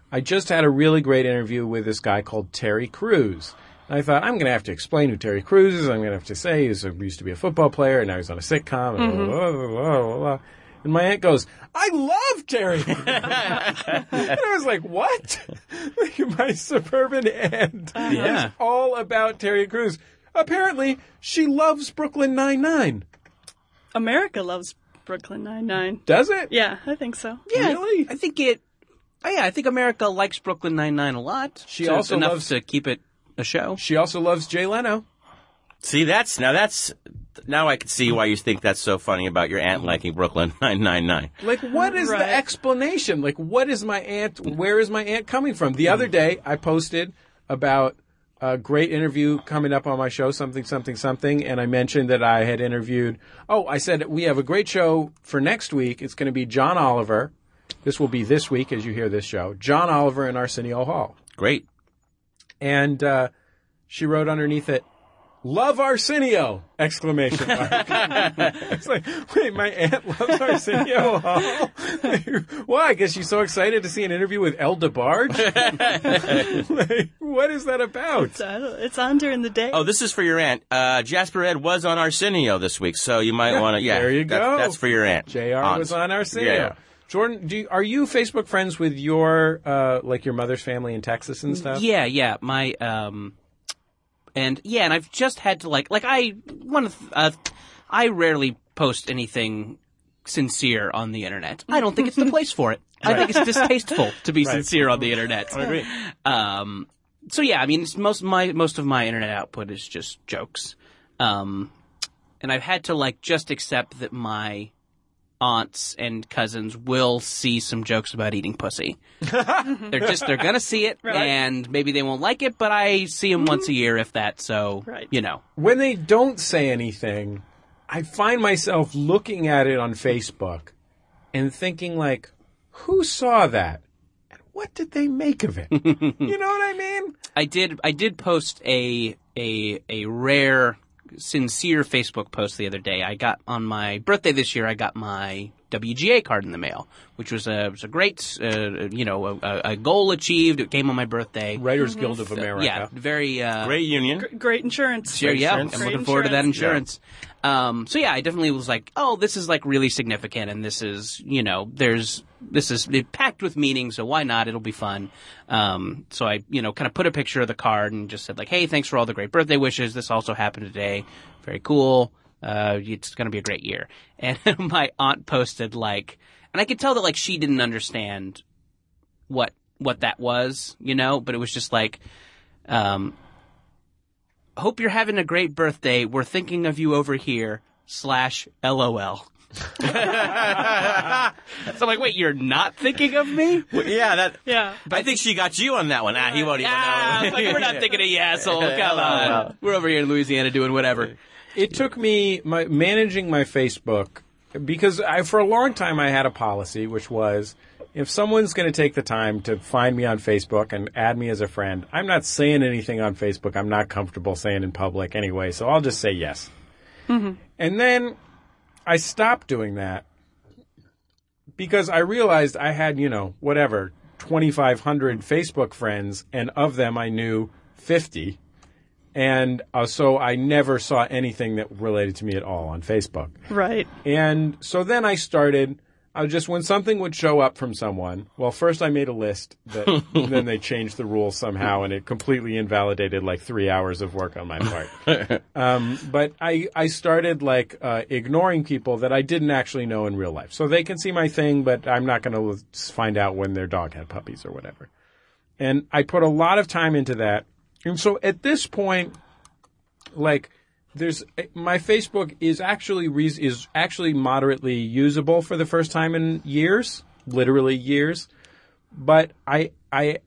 B: I just had a really great interview with this guy called Terry Crews. And I thought, I'm going to have to explain who Terry Crews is. I'm going to have to say he's a, used to be a football player and now he's on a sitcom. And, blah, blah, blah, blah, blah. and my aunt goes, I love Terry. Crews." and I was like, what? like my suburban aunt
C: Yeah.
B: is all about Terry Crews. Apparently, she loves Brooklyn Nine-Nine.
E: America loves Brooklyn Nine Nine.
B: Does it?
E: Yeah, I think so.
C: Yeah,
B: Really?
C: I think it. Oh yeah, I think America likes Brooklyn Nine Nine a lot.
B: She
C: so it's
B: also
C: enough
B: loves-
C: to keep it a show.
B: She also loves Jay Leno.
D: See, that's now that's now I can see why you think that's so funny about your aunt liking Brooklyn nine nine nine.
B: Like, what is
E: Right.
B: the explanation? Like, what is my aunt? Where is my aunt coming from? The other day, I posted about a great interview coming up on my show, something, something, something, and I mentioned that I had interviewed. Oh, I said we have a great show for next week. It's going to be John Oliver. This will be this week as you hear this show. John Oliver and Arsenio Hall.
D: Great.
B: And uh, she wrote underneath it, "Love Arsenio!" Exclamation mark. It's like, wait, my aunt loves Arsenio Hall. Why? Because she's so excited to see an interview with El DeBarge. like, what is that about?
E: So I don't- it's on during the day.
D: Oh, this is for your aunt. Uh, Jasper Ed was on Arsenio this week, so you might want to. Yeah,
B: There you
D: that's-
B: go.
D: That's for your aunt.
B: Jr.
D: Aunt.
B: was on Arsenio.
D: Yeah.
B: Jordan, do you, are you Facebook friends with your uh, like your mother's family in Texas and stuff?
C: Yeah, yeah. My um, and yeah, and I've just had to like like I one of th- uh, I rarely post anything sincere on the internet. I don't think it's the place for it. I think it's distasteful to be sincere on the internet. I agree. Um, so yeah, I mean, it's most my most of my internet output is just jokes. Um, and I've had to like just accept that my aunts and cousins will see some jokes about eating pussy. they're just they're gonna see it, and maybe they won't like it, but I see them once a year if that. So
E: Right.
C: you know,
B: when they don't say anything, I find myself looking at it on Facebook and thinking like, who saw that? And what did they make of it? you know what I mean?
C: I did I did post a a a rare sincere Facebook post the other day. I got on my birthday this year. I got my WGA card in the mail, which was a was a great uh, you know a, a, a goal achieved. It came on my birthday.
B: Writers Guild of America.
C: Yeah, very uh,
D: Great union.
E: Great insurance.
C: Sure, yeah. I'm
D: insurance.
C: looking
E: Great
C: forward to that
D: insurance.
C: insurance. Um, so yeah, I definitely was like, oh, this is like really significant, and this is you know, there's this is it packed with meaning, so why not? It'll be fun. Um, so I you know kind of put a picture of the card and just said like, hey, thanks for all the great birthday wishes. This also happened today. Very cool. Uh, it's going to be a great year. And my aunt posted like, and I could tell that like she didn't understand what what that was, you know, but it was just like um hope you're having a great birthday. We're thinking of you over here. Slash LOL. so I'm like, wait, you're not thinking of me?
D: Well, yeah, that.
E: Yeah.
D: I think she got you on that one. Ah, he won't even
C: Ah,
D: know.
C: it's like, we're not thinking of you, asshole. Come on. We're over here in Louisiana doing whatever.
B: It took me my managing my Facebook because I for a long time I had a policy which was if someone's going to take the time to find me on Facebook and add me as a friend, I'm not saying anything on Facebook I'm not comfortable saying in public anyway, so I'll just say yes. And then I stopped doing that because I realized I had, you know, whatever, 2,500 Facebook friends, and of them I knew 50. And uh, so I never saw anything that related to me at all on Facebook.
E: Right.
B: And so then I started. I would just when something would show up from someone. Well, first I made a list that then they changed the rules somehow, and it completely invalidated like three hours of work on my part. um, but I I started like uh, ignoring people that I didn't actually know in real life, so they can see my thing, but I'm not going to find out when their dog had puppies or whatever. And I put a lot of time into that, and so at this point, like there's eh, my Facebook is actually re- is actually moderately usable for the first time in years, literally years. But I I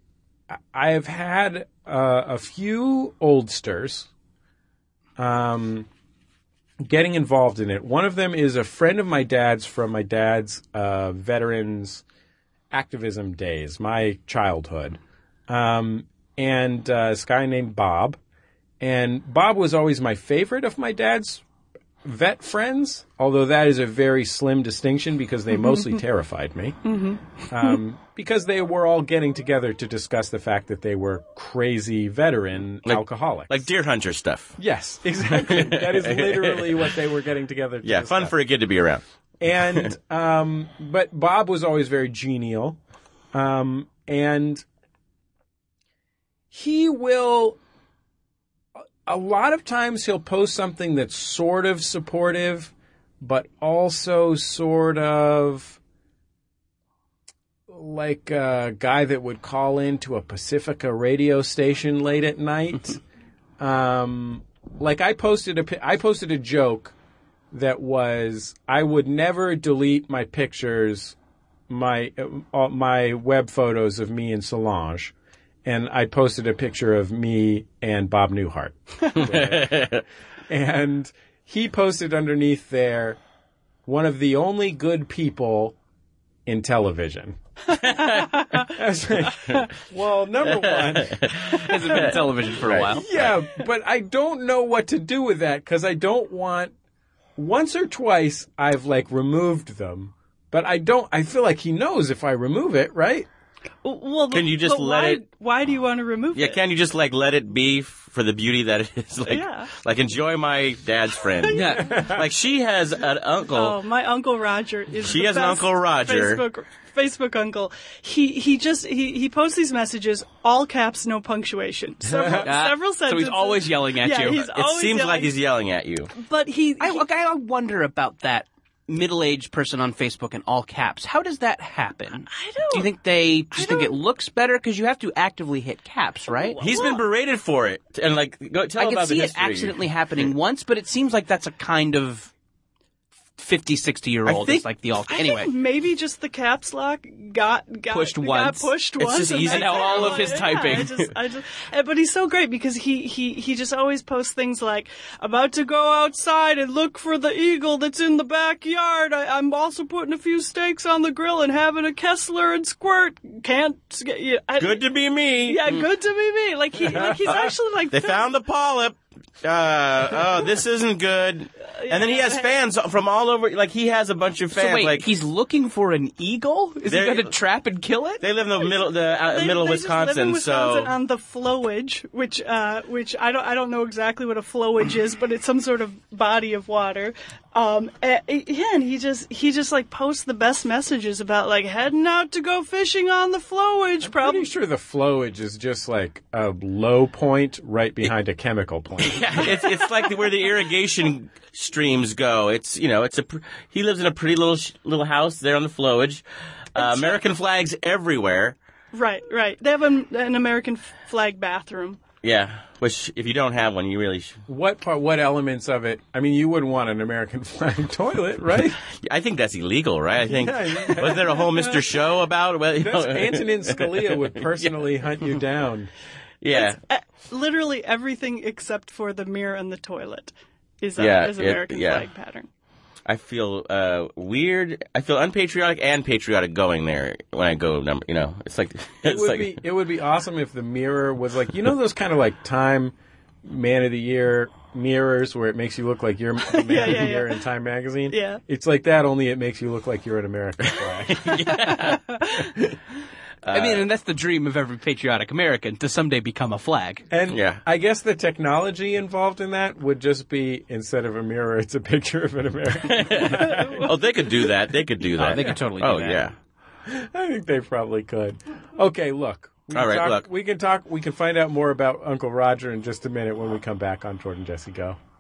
B: I have had uh, a few oldsters um, getting involved in it. One of them is a friend of my dad's from my dad's uh, veterans activism days, my childhood, um, and uh, this guy named Bob. And Bob was always my favorite of my dad's vet friends, although that is a very slim distinction because they mostly terrified me. Um, because they were all getting together to discuss the fact that they were crazy veteran alcoholics.
D: like deer hunter stuff.
B: yes, exactly. that is literally what they were getting together to
D: Yeah, fun
B: discuss.
D: for a kid to be around.
B: and um, but Bob was always very genial, um, and he will. A lot of times he'll post something that's sort of supportive, but also sort of like a guy that would call into a Pacifica radio station late at night. um, like I posted a pi- I posted a joke that was I would never delete my pictures, my uh, all- my web photos of me and Solange, and I posted a picture of me and Bob Newhart, and he posted underneath there, one of the only good people in television. I was like, well, number one,
C: hasn't been television for a while.
B: yeah, but I don't know what to do with that because I don't want. Once or twice I've like removed them, but I don't. I feel like he knows if I remove it, right?
E: Well,
D: Can you just
E: but
D: let
E: why,
D: it-
E: Why do you want to remove
D: Yeah,
E: it?
D: can you just like let it be for the beauty that it is? Like,
E: Yeah.
D: like enjoy my dad's friend.
C: Yeah.
D: Like she has an uncle.
E: Oh, my uncle Roger is.
D: She
E: the
D: has an
E: best
D: Uncle Roger.
E: Facebook, Facebook uncle. He he just he he posts these messages all caps, no punctuation. Several,
C: Ah,
E: several
C: so he's
E: sentences.
C: always yelling at
E: yeah,
C: you.
E: He's
D: it
E: always
D: seems
E: yelling,
D: like he's yelling at you.
E: But he,
C: I,
E: he-
C: look, I wonder about that middle-aged person on Facebook in all caps. How does that happen? I
E: don't-
C: Do you think they just think it looks better because you have to actively hit caps, right?
D: He's been berated for it, and like, go tell
C: I
D: about
C: can see
D: the
C: it
D: history.
C: accidentally happening once, but it seems like that's a kind of 50, 60 year old.
D: I think-
C: It's like the all.
E: I think
C: Anyway,
E: maybe just the caps lock got got
C: Pushed
E: got
C: once.
E: pushed
D: It's
E: once.
D: just
E: and
D: easy
E: that's
D: now,
E: it.
D: all
C: of his
E: Yeah,
C: typing.
E: I just, I just, eh, but he's so great because he he he just always posts things like about to go outside and look for the eagle that's in the backyard. I, I'm also putting a few steaks on the grill and having a Kessler and squirt. Can't s- get you. I-
D: Good to be me.
E: Yeah, good to be me. Like he, like he's actually like
D: They found the polyp. Uh, oh, this isn't good.
E: Uh,
D: And then he has fans from all over. Like he has a bunch of fans.
C: so wait,
D: like
C: he's looking for an eagle? Is he
D: There-
C: going to trap and kill it?
D: they live in the middle, the uh,
E: They-
D: middle
E: they
D: of
E: just live in
D: Wisconsin.
E: Wisconsin
D: so
E: on the flowage, which uh, which I don't I don't know exactly what a flowage is, but it's some sort of body of water. Um, and, yeah, and he just he just like posts the best messages about like heading out to go fishing on the flowage. Probably
B: Pretty sure the flowage is just like a low point right behind a chemical plant.
D: it's it's like where the irrigation streams go. It's you know, it's a pr- he lives in a pretty little sh- little house there on the flowage. Uh, American flags everywhere.
E: right, right. They have an, an American flag bathroom.
D: Yeah, which if you don't have one, you really. Sh-
B: what part? What elements of it? I mean, you wouldn't want an American flag toilet, right?
D: I think that's illegal, right? I think
B: yeah.
D: was there a whole Mister Show about? Well, you
B: That's
D: know-
B: Antonin Scalia would personally hunt you down.
D: yeah,
E: Uh, literally everything except for the mirror and the toilet is a,
D: Yeah,
E: is
D: it-
E: American
D: yeah.
E: flag pattern.
D: I feel uh, weird. I feel unpatriotic and patriotic going there when I go. Number, you know, it's like
B: It
D: it's
B: would
D: like
B: be it would be awesome if the mirror was like you know those kind of like time man of the year mirrors where it makes you look like you're a man
E: Yeah,
B: of
E: yeah,
B: the year
E: yeah.
B: in Time magazine.
E: Yeah.
B: it's like that only it makes you look like you're an American flag.
C: I
D: Uh,
C: mean, and that's the dream of every patriotic American to someday become a flag.
B: And
D: Yeah.
B: I guess the technology involved in that would just be instead of a mirror, it's a picture of an American.
D: oh, they could do that. They could do that.
C: they could totally do
D: Oh
C: that.
D: yeah.
B: I think they probably could. Okay, look. We
D: All
B: can
D: right,
B: talk,
D: look.
B: We can talk. We can find out more about Uncle Roger in just a minute when we come back on Jordan Jesse Go.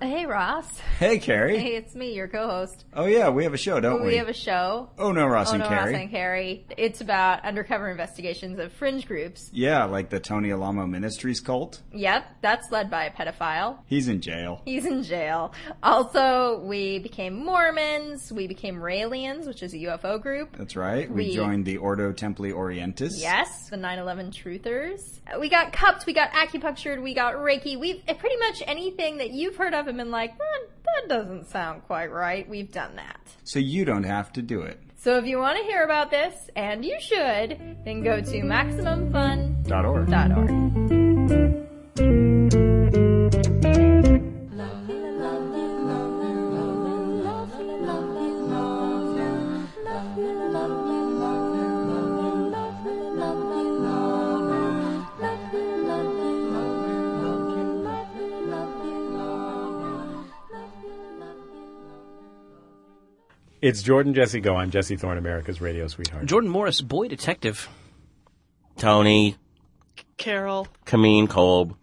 F: Hey, Ross.
G: Hey, Carrie.
F: Hey, it's me, your co-host.
G: Oh, yeah, we have a show, don't we?
F: We have a show.
G: oh, no, Ross
F: Oh
G: and
F: no,
G: Carrie.
F: Ross and Carrie. It's about undercover investigations of fringe groups.
G: Yeah, like the Tony Alamo Ministries cult.
F: Yep, that's led by a pedophile.
G: He's in jail.
F: He's in jail. Also, we became Mormons. We became Raelians, which is a UFO group.
G: That's right. We,
F: We-
G: joined the Ordo Templi Orientis.
F: Yes, the 9/11 truthers. We got cupped. We got acupunctured. We got Reiki. We pretty much anything that you've heard of and been like, "Eh, that doesn't sound quite right. We've done that.
G: So you don't have to do it.
F: So if you want to hear about this, and you should, then go to MaximumFun.org.
G: Dot org.
B: It's Jordan Jesse Go. I'm Jesse Thorne, America's radio sweetheart.
C: Jordan Morris, boy detective.
D: Tony,
E: Carol.
D: Kameen, Kolb.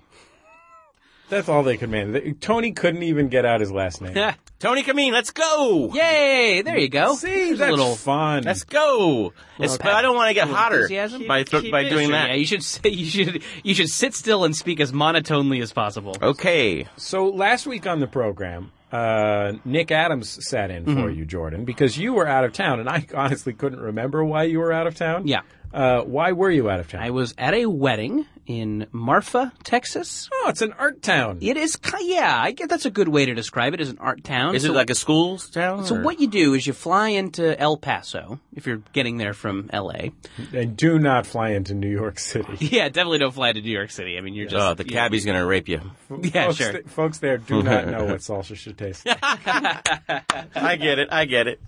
B: That's all they could manage. Tony couldn't even get out his last name.
C: Yeah.
D: Tony Kameen, let's go!
C: Yay! There you go.
B: See,
C: There's
B: that's
C: a little
B: fun.
D: Let's go! It's, but I don't want to get hotter
C: enthusiasm.
D: by, th-
E: Keep
D: by
E: it.
D: doing
C: Yeah,
D: that.
C: you should say you should you should sit still and speak as monotonely as possible.
D: Oh. Okay.
B: So last week on the program, uh, Nick Adams sat in for
C: Mm-hmm.
B: you, Jordan, because you were out of town, and I honestly couldn't remember why you were out of town.
C: Yeah.
B: Uh, why were you out of town?
C: I was at a wedding in Marfa, Texas.
B: oh, it's an art town.
C: It is, ki- yeah, I guess that's a good way to describe it as an art town.
D: Is
C: so,
D: it like a school town?
C: So
D: or-
C: what you do is you fly into El Paso if you're getting there from L.A.
B: And do not fly into New York City.
C: Yeah, definitely don't fly to New York City. I mean, you're just
D: Oh, the Oh, cabbie's going to rape you.
C: yeah,
B: folks,
C: sure.
B: th- folks there do not know what salsa should taste. like.
D: I get it. I get it.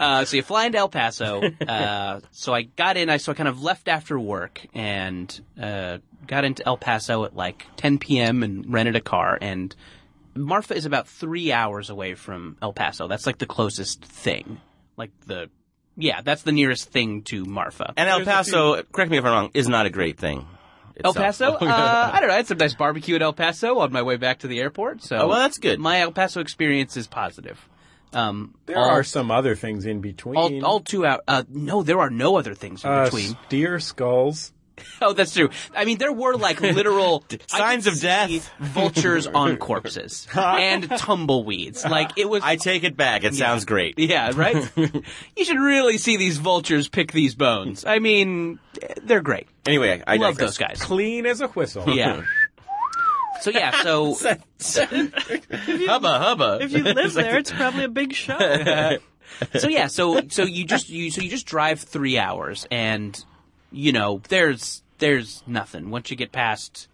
C: Uh, so you fly into El Paso. Uh, so I got in. I so I kind of left after work and uh, got into El Paso at like 10 p.m. and rented a car. And Marfa is about three hours away from El Paso. That's like the closest thing. Like the yeah, that's the nearest thing to Marfa.
D: And El Paso, correct me if I'm wrong, is not a great thing.
C: El
D: itself.
C: Paso? Uh, I don't know. I had some nice barbecue at El Paso on my way back to the airport. So
D: Oh, well, that's good.
C: My El Paso experience is positive. Um,
B: There
C: all,
B: are some other things in between.
C: all, all two out. Uh, no, there are no other things in
B: uh,
C: between.
B: deer skulls.
C: Oh, that's true. I mean, there were like literal
D: Signs
C: I could
D: of death.
C: see vultures on corpses and tumbleweeds. Like it was.
D: I take it back. It sounds great.
C: yeah, right. you should really see these vultures pick these bones. I mean, they're great.
D: Anyway, I
C: I love
D: digress.
C: those guys.
B: Clean as a whistle.
C: Yeah. So yeah, so
D: Hubba hubba.
E: If you live there, it's probably a big show.
C: so yeah, so so you just you so you just drive three hours, and you know there's there's nothing once you get past,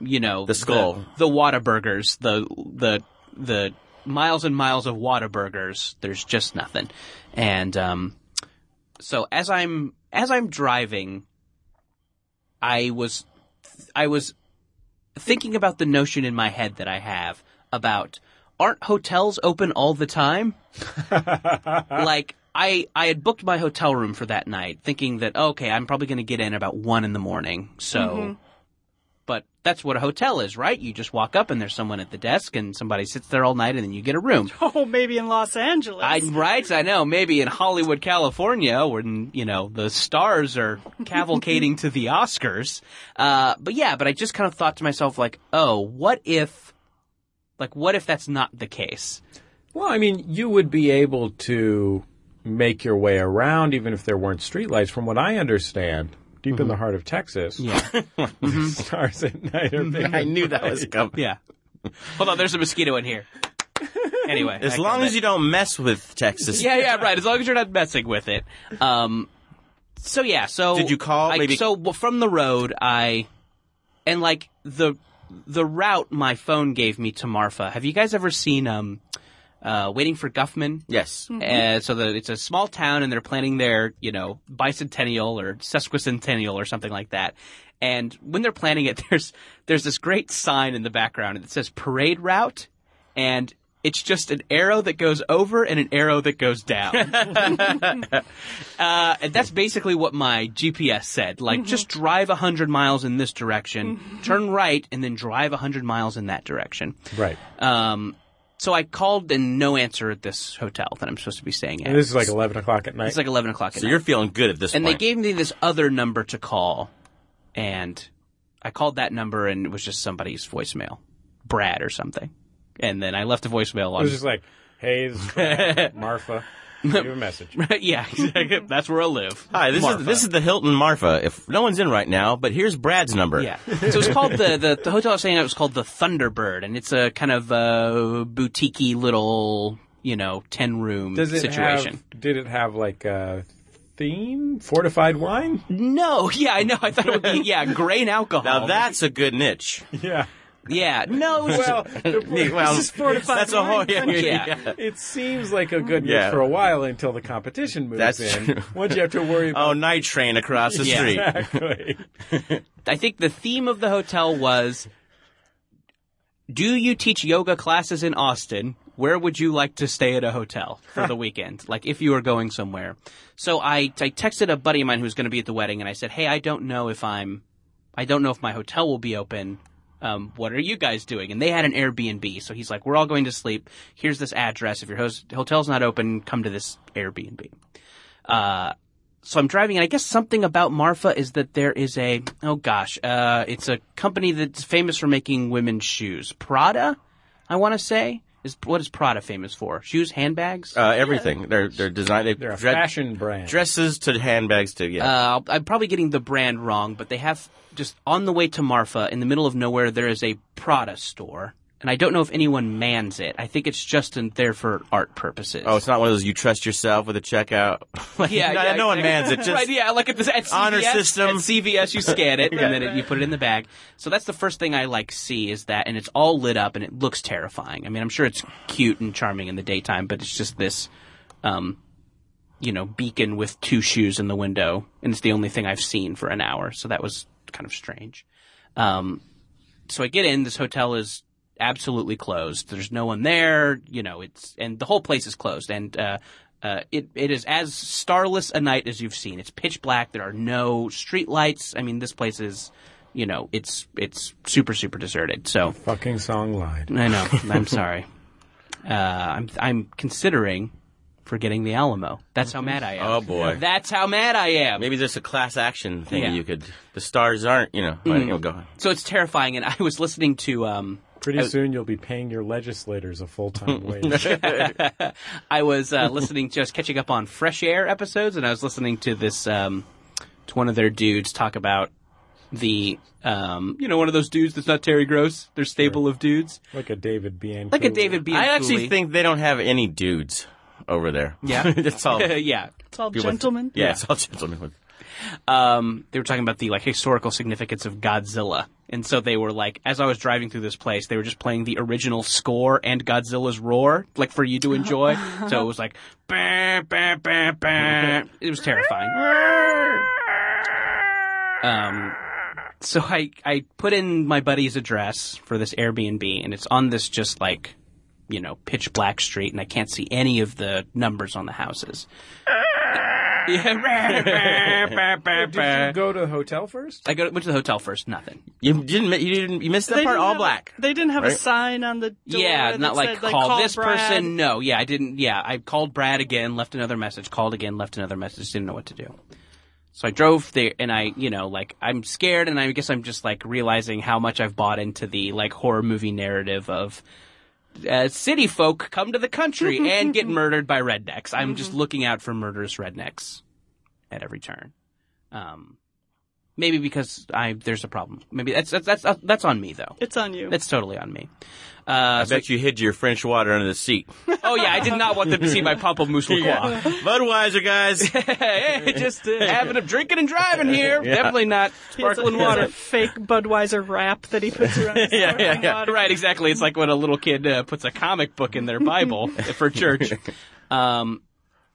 C: you know
D: The skull.
C: the, the Whataburgers, the the the miles and miles of Whataburgers. There's just nothing, and um, so as I'm as I'm driving, I was I was thinking about the notion in my head that I have about aren't hotels open all the time? like I I had booked my hotel room for that night, thinking that okay, I'm probably going to get in about one in the morning. So, but that's what a hotel is, right? You just walk up and there's someone at the desk, and somebody sits there all night, and then you get a room.
E: oh, maybe in Los Angeles.
C: I, right, I know. Maybe in Hollywood, California, when you know the stars are cavalcading to the Oscars. Uh, but yeah, but I just kind of thought to myself, like, oh, what if, like, what if that's not the case?
B: Well, I mean, you would be able to make your way around even if there weren't streetlights, from what I understand. Deep in the heart of Texas, stars at night are big.
D: I knew that was coming.
C: Yeah. Hold on, there's a mosquito in here. Anyway,
D: As long as you don't mess with Texas.
C: yeah, yeah, right. As long as you're not messing with it. Um, so yeah, so
D: Did you call,
C: I,
D: maybe-
C: So well, from the road, I and like the the route my phone gave me to Marfa. Have you guys ever seen um, uh, Waiting for Guffman?
D: Yes.
C: Uh, so the, it's a small town, and they're planning their, you know, bicentennial or sesquicentennial or something like that. And when they're planning it, there's there's this great sign in the background that says parade route, and it's just an arrow that goes over and an arrow that goes down. uh, and that's basically what my GPS said. Like, just drive 100 miles in this direction, turn right, and then drive 100 miles in that direction.
B: Right.
C: Um, so I called and no answer at this hotel that I'm supposed to be staying at.
B: And this is like 11 o'clock at night.
C: it's like 11 o'clock at
D: So
C: night.
D: you're feeling good at this
C: and they
D: point.
C: gave me this other number to call, and I called that number and it was just somebody's voicemail, Brad or something. And then I left a voicemail
B: I
C: on.
B: was just like, hey, this is Martha. Leave a message.
C: yeah, exactly. That's where I live.
D: Hi, this
C: Marfa.
D: is this is the Hilton Marfa. If no one's in right now, but here's Brad's number.
C: Yeah. So it's called the, the the hotel I was staying at was called the Thunderbird, and it's a kind of uh, boutiquey little you know ten room
B: Does it
C: situation.
B: have? Did it have like a theme? Fortified wine?
C: No, yeah, I know. I thought it would be yeah, grain alcohol.
D: Now that's a good niche.
B: Yeah.
C: yeah, no, it was
B: Well, the-
D: well,
E: This is fortified
D: that's a whole
E: wine
D: yeah,
E: country.
D: yeah,
C: Yeah.
B: it seems like a good
D: Yeah.
B: niche for a while until the competition moves
D: That's
B: in.
D: true.
B: Once you have to worry
D: Oh,
B: about
D: night train across the
C: Yeah.
D: street.
B: exactly.
C: I think the theme of the hotel was Do you teach yoga classes in Austin? Where would you like to stay at a hotel for the weekend? like if you were going somewhere. So I, I texted a buddy of mine who's going to be at the wedding and I said, Hey, I don't know if I'm, I don't know if my hotel will be open. Um, what are you guys doing? And they had an Airbnb. So he's like, We're all going to sleep. Here's this address. If your host, hotel's not open, come to this Airbnb. Uh, so I'm driving, and I guess something about Marfa is that there is a oh gosh, uh, it's a company that's famous for making women's shoes. Prada, I want to say is what is Prada famous for? Shoes, handbags. Uh,
D: Uh, everything. They're they're designed. They
B: They're a
D: dre-
B: fashion brand.
D: dresses to handbags to yeah.
C: Uh, I'll- I'm probably getting the brand wrong, but they have just on the way to Marfa, in the middle of nowhere, there is a Prada store, and I don't know if anyone mans it. I think it's just in there for art purposes.
D: oh, it's not one of those you trust yourself with a checkout. Like,
C: Yeah,
D: no,
C: yeah,
D: no one
C: exactly.
D: mans it. Just
C: right, yeah, like at the at CVS,
D: honor
C: At
D: system.
C: CVS, you scan it and then it, you put it in the bag. So that's the first thing I like see is that, and it's all lit up and it looks terrifying. I mean, I'm sure it's cute and charming in the daytime, but it's just this, um, you know, beacon with two shoes in the window, and it's the only thing I've seen for an hour. So that was kind of strange. Um, so I get in. This hotel is absolutely closed. There's no one there. You know, it's and the whole place is closed. And uh, uh, it it is as starless a night as you've seen. It's pitch black. There are no street lights. I mean, this place is, you know, it's it's super super deserted. So
B: Fucking song lied.
C: I know. I'm sorry. Uh, I'm I'm considering forgetting the Alamo. That's how mad I am.
D: Oh, boy.
C: That's how mad I am.
D: Maybe there's a class action thing
C: Yeah. Mm.
D: you could. The stars aren't, you know. why don't you go on.
C: So it's terrifying. And I was listening to um,
B: Pretty soon you'll be paying your legislators a full time wage.
C: I was uh, listening, just catching up on Fresh Air episodes, and I was listening to this um, to one of their dudes talk about the um, you know one of those dudes that's not Terry Gross, their staple of dudes,
B: like a David Bianco.
C: like a David B.
D: I actually think they don't have any dudes over there.
C: Yeah.
D: it's all. Yeah,
C: yeah.
E: It's all gentlemen.
D: it's all gentlemen.
C: Um, they were talking about the like historical significance of Godzilla, and so they were like, as I was driving through this place, they were just playing the original score and Godzilla's roar, like for you to enjoy. so it was like, bah, bah, bah, bah. it was terrifying. Um, so I, I put in my buddy's address for this Airbnb and it's on this just like, you know, pitch black street and I can't see any of the numbers on the houses. Yeah.
B: Go to the hotel first?
C: I go went to the hotel first, nothing.
D: You didn't. mi- You didn't. You missed that
E: They
D: part.
E: didn't
D: All
E: have-
D: black.
E: They didn't have a
D: right?
E: sign on the door.
C: yeah,
E: that
C: not like,
E: said,
C: call, this
E: Brad.
C: person. No, yeah, I didn't. Yeah, I called Brad again, left another message, called again, left another message, didn't know what to do. So I drove there and I, you know, like I'm scared and I guess I'm just like realizing how much I've bought into the like horror movie narrative of uh, city folk come to the country and get murdered by rednecks. I'm
E: Mm-hmm.
C: just looking out for murderous rednecks at every turn. Um, maybe because I there's a problem. Maybe that's that's that's that's on me though.
E: It's on you.
C: That's totally on me. Uh,
D: I bet you hid your French water under the seat.
C: Oh yeah, I did not want them to see my pump of moose yeah.
D: Budweiser, guys.
C: hey, just uh, having them drinking and driving here. Definitely not
E: He has a-
C: sparkling
E: he has a
C: water.
E: fake Budweiser wrap that he puts around. his
D: Yeah, yeah,
E: sparkling
D: yeah.
E: water.
C: Right, exactly. It's like when a little kid uh, puts a comic book in their Bible for church. Um,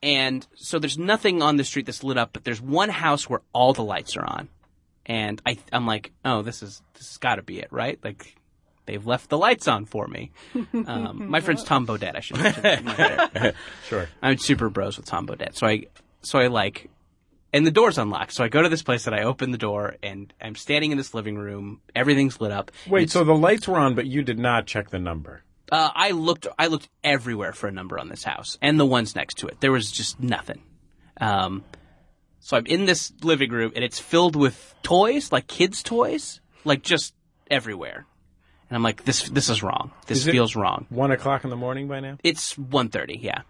C: and so there's nothing on the street that's lit up, but there's one house where all the lights are on, and I I'm like, oh, this is this has got to be it, right? Like. They've left the lights on for me. Um, my friend's Tom Baudet, I should mention. that. My friend.
B: Sure.
C: I'm super bros with Tom Baudet. So I, so I like, and the door's unlocked. So I go to this place and I open the door and I'm standing in this living room. Everything's lit up.
B: Wait, so the lights were on, but you did not check the number.
C: Uh, I looked, I looked everywhere for a number on this house and the ones next to it. There was just nothing. Um, so I'm in this living room and it's filled with toys, like kids' toys, like just everywhere. And I'm like, this, this is wrong. This
B: it-
C: feels wrong.
B: One o'clock in the morning by now?
C: It's 1.30, yeah.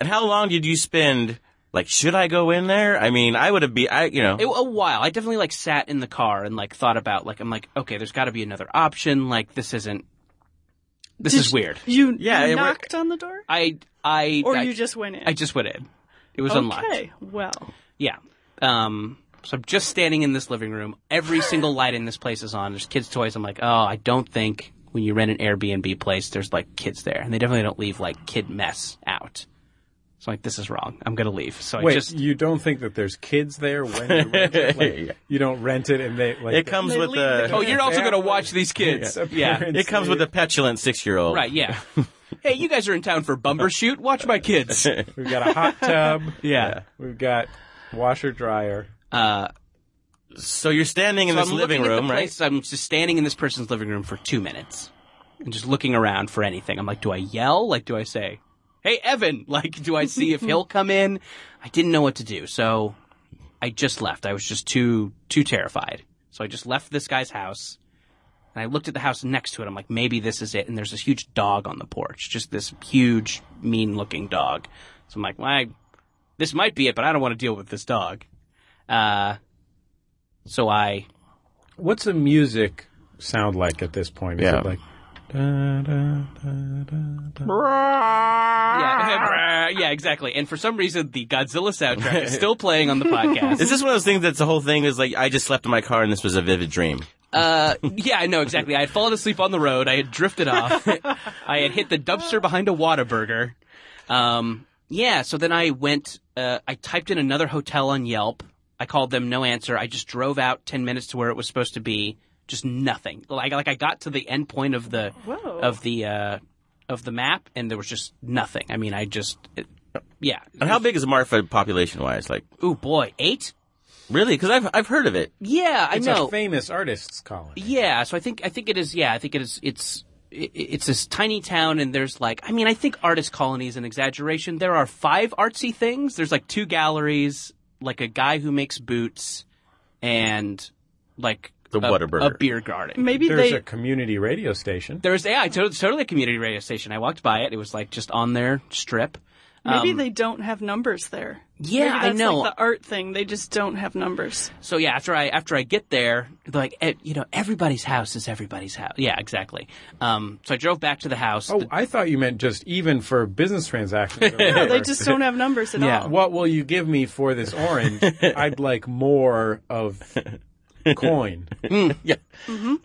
D: And how long did you spend? Like, should I go in there? I mean, I would have be, I you know,
C: It, a while. I definitely like sat in the car and like thought about like I'm like okay, there's got to be another option. Like this isn't. This
E: Did
C: is weird.
E: You
D: Yeah, it
E: you
D: wor-
E: knocked on the door,
C: I I
E: or
C: I,
E: you just went in.
C: I just went in. It was unlocked.
E: okay. Well,
C: Yeah. Um. So I'm just standing in this living room. Every single light in this place is on. There's kids' toys. I'm like, oh, I don't think when you rent an Airbnb place, there's like kids there, and they definitely don't leave like kid mess out. So I'm like, this is wrong. I'm gonna leave. So I
B: Wait,
C: just
B: you don't think that there's kids there when you rent it? Like, you don't rent it and they like
D: it comes
E: They
D: with
E: leave
D: a,
E: the
C: oh, you're also gonna watch these kids. Yeah.
D: it comes with a petulant six year old.
C: Right, yeah. hey, you guys are in town for bumper shoot? Watch my kids. yeah.
B: We've got a hot tub. We've got washer dryer.
C: Uh,
D: So you're standing in
C: so
D: this
C: I'm
D: living
C: looking at the
D: room, right?
C: place- I'm just standing in this person's living room for two minutes and just looking around for anything. I'm like, do I yell? Like, do I say, hey, Evan? Like, do I see if he'll come in? I didn't know what to do. So I just left. I was just too, too terrified. So I just left this guy's house. And I looked at the house next to it. I'm like, maybe this is it. And there's this huge dog on the porch, just this huge, mean looking dog. So I'm like, well, I, this might be it, but I don't want to deal with this dog. Uh, so I
B: What's the music sound like at this point? Is
D: Yeah.
B: it like da, da, da, da, da?
D: Ah.
C: yeah, yeah, exactly. And for some reason, the Godzilla soundtrack is still playing on the podcast.
D: Is this one of those things that's the whole thing is like I just slept in my car and this was a vivid dream?
C: Uh, yeah, I know exactly. I had fallen asleep on the road. I had drifted off. I had hit the dumpster behind a Whataburger. Um, yeah. So then I went. Uh, I typed in another hotel on Yelp. I called them. No answer. I just drove out ten minutes to where it was supposed to be. Just nothing. Like like I got to the end point of the
E: Whoa.
C: of the uh, of the map, and there was just nothing. I mean, I just it, yeah.
D: And how big is Marfa population wise? Like
C: Ooh boy, eight.
D: really? Because I've I've heard of it.
C: Yeah, I
B: It's
C: know.
B: a famous artist's colony.
C: yeah, so I think I think it is. Yeah, I think it is. It's i- it's this tiny town, and there's like I mean, I think artist colony is an exaggeration. There are five artsy things. There's like two galleries, like a guy who makes boots, and like
D: The
C: a,
D: Whataburger.
C: a beer garden.
E: maybe
B: There's
E: they.
B: a community radio station.
C: There's yeah, I to- totally a community radio station. I walked by it. It was like just on their strip.
E: Maybe they don't have numbers there.
C: um, Yeah,
E: Maybe
C: I
E: that's
C: know.
E: Like the art thing, they just don't have numbers.
C: So yeah, after I after I get there, they're like eh, you know everybody's house is everybody's house. Yeah, exactly. Um, so I drove back to the house.
B: Oh, I thought you meant just even for business transactions. or
E: No,
B: whatever.
E: they just don't have numbers at all.
B: what will you give me for this orange? I'd like more of coin.
D: yeah,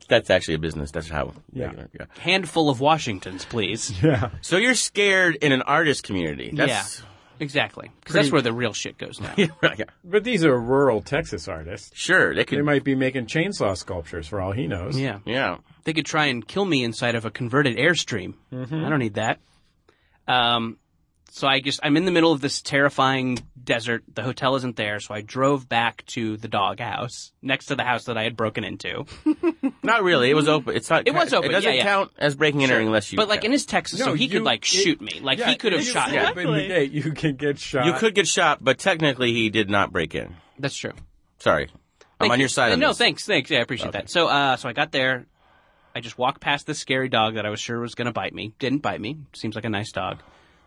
D: that's actually a business. That's how. Yeah.
C: handful of Washingtons, please.
D: So you're scared in an artist community. That's,
C: exactly. Because that's where the real shit goes now.
D: yeah. yeah.
B: But these are rural Texas artists.
D: Sure, they could.
B: They might be making chainsaw sculptures for all he knows.
C: yeah.
D: yeah.
C: They could try and kill me inside of a converted airstream.
B: Mm-hmm.
C: I don't need that. Um, so I just, I'm in the middle of this terrifying desert. The hotel isn't there. So I drove back to the doghouse next to the house that I had broken into.
D: Not really. It was open. It's not.
C: It was open,
D: It doesn't
C: yeah, yeah.
D: count as breaking and entering unless you.
C: but like, and it's Texas. so
B: No,
C: he could
B: you-
C: like
B: it-
C: shoot me. Like
B: Yeah,
C: he could have
B: if
C: shot
B: you
C: me.
B: slip in the gate, you can get shot.
D: you could get shot, but technically he did not break in.
C: That's true.
D: Sorry, I'm
C: Thank
D: on
C: you.
D: your side.
C: Uh,
D: on
C: No,
D: this.
C: thanks, thanks. Yeah, I appreciate that. So, uh, so I got there. I just walked past this scary dog that I was sure was going to bite me. Didn't bite me. Seems like a nice dog.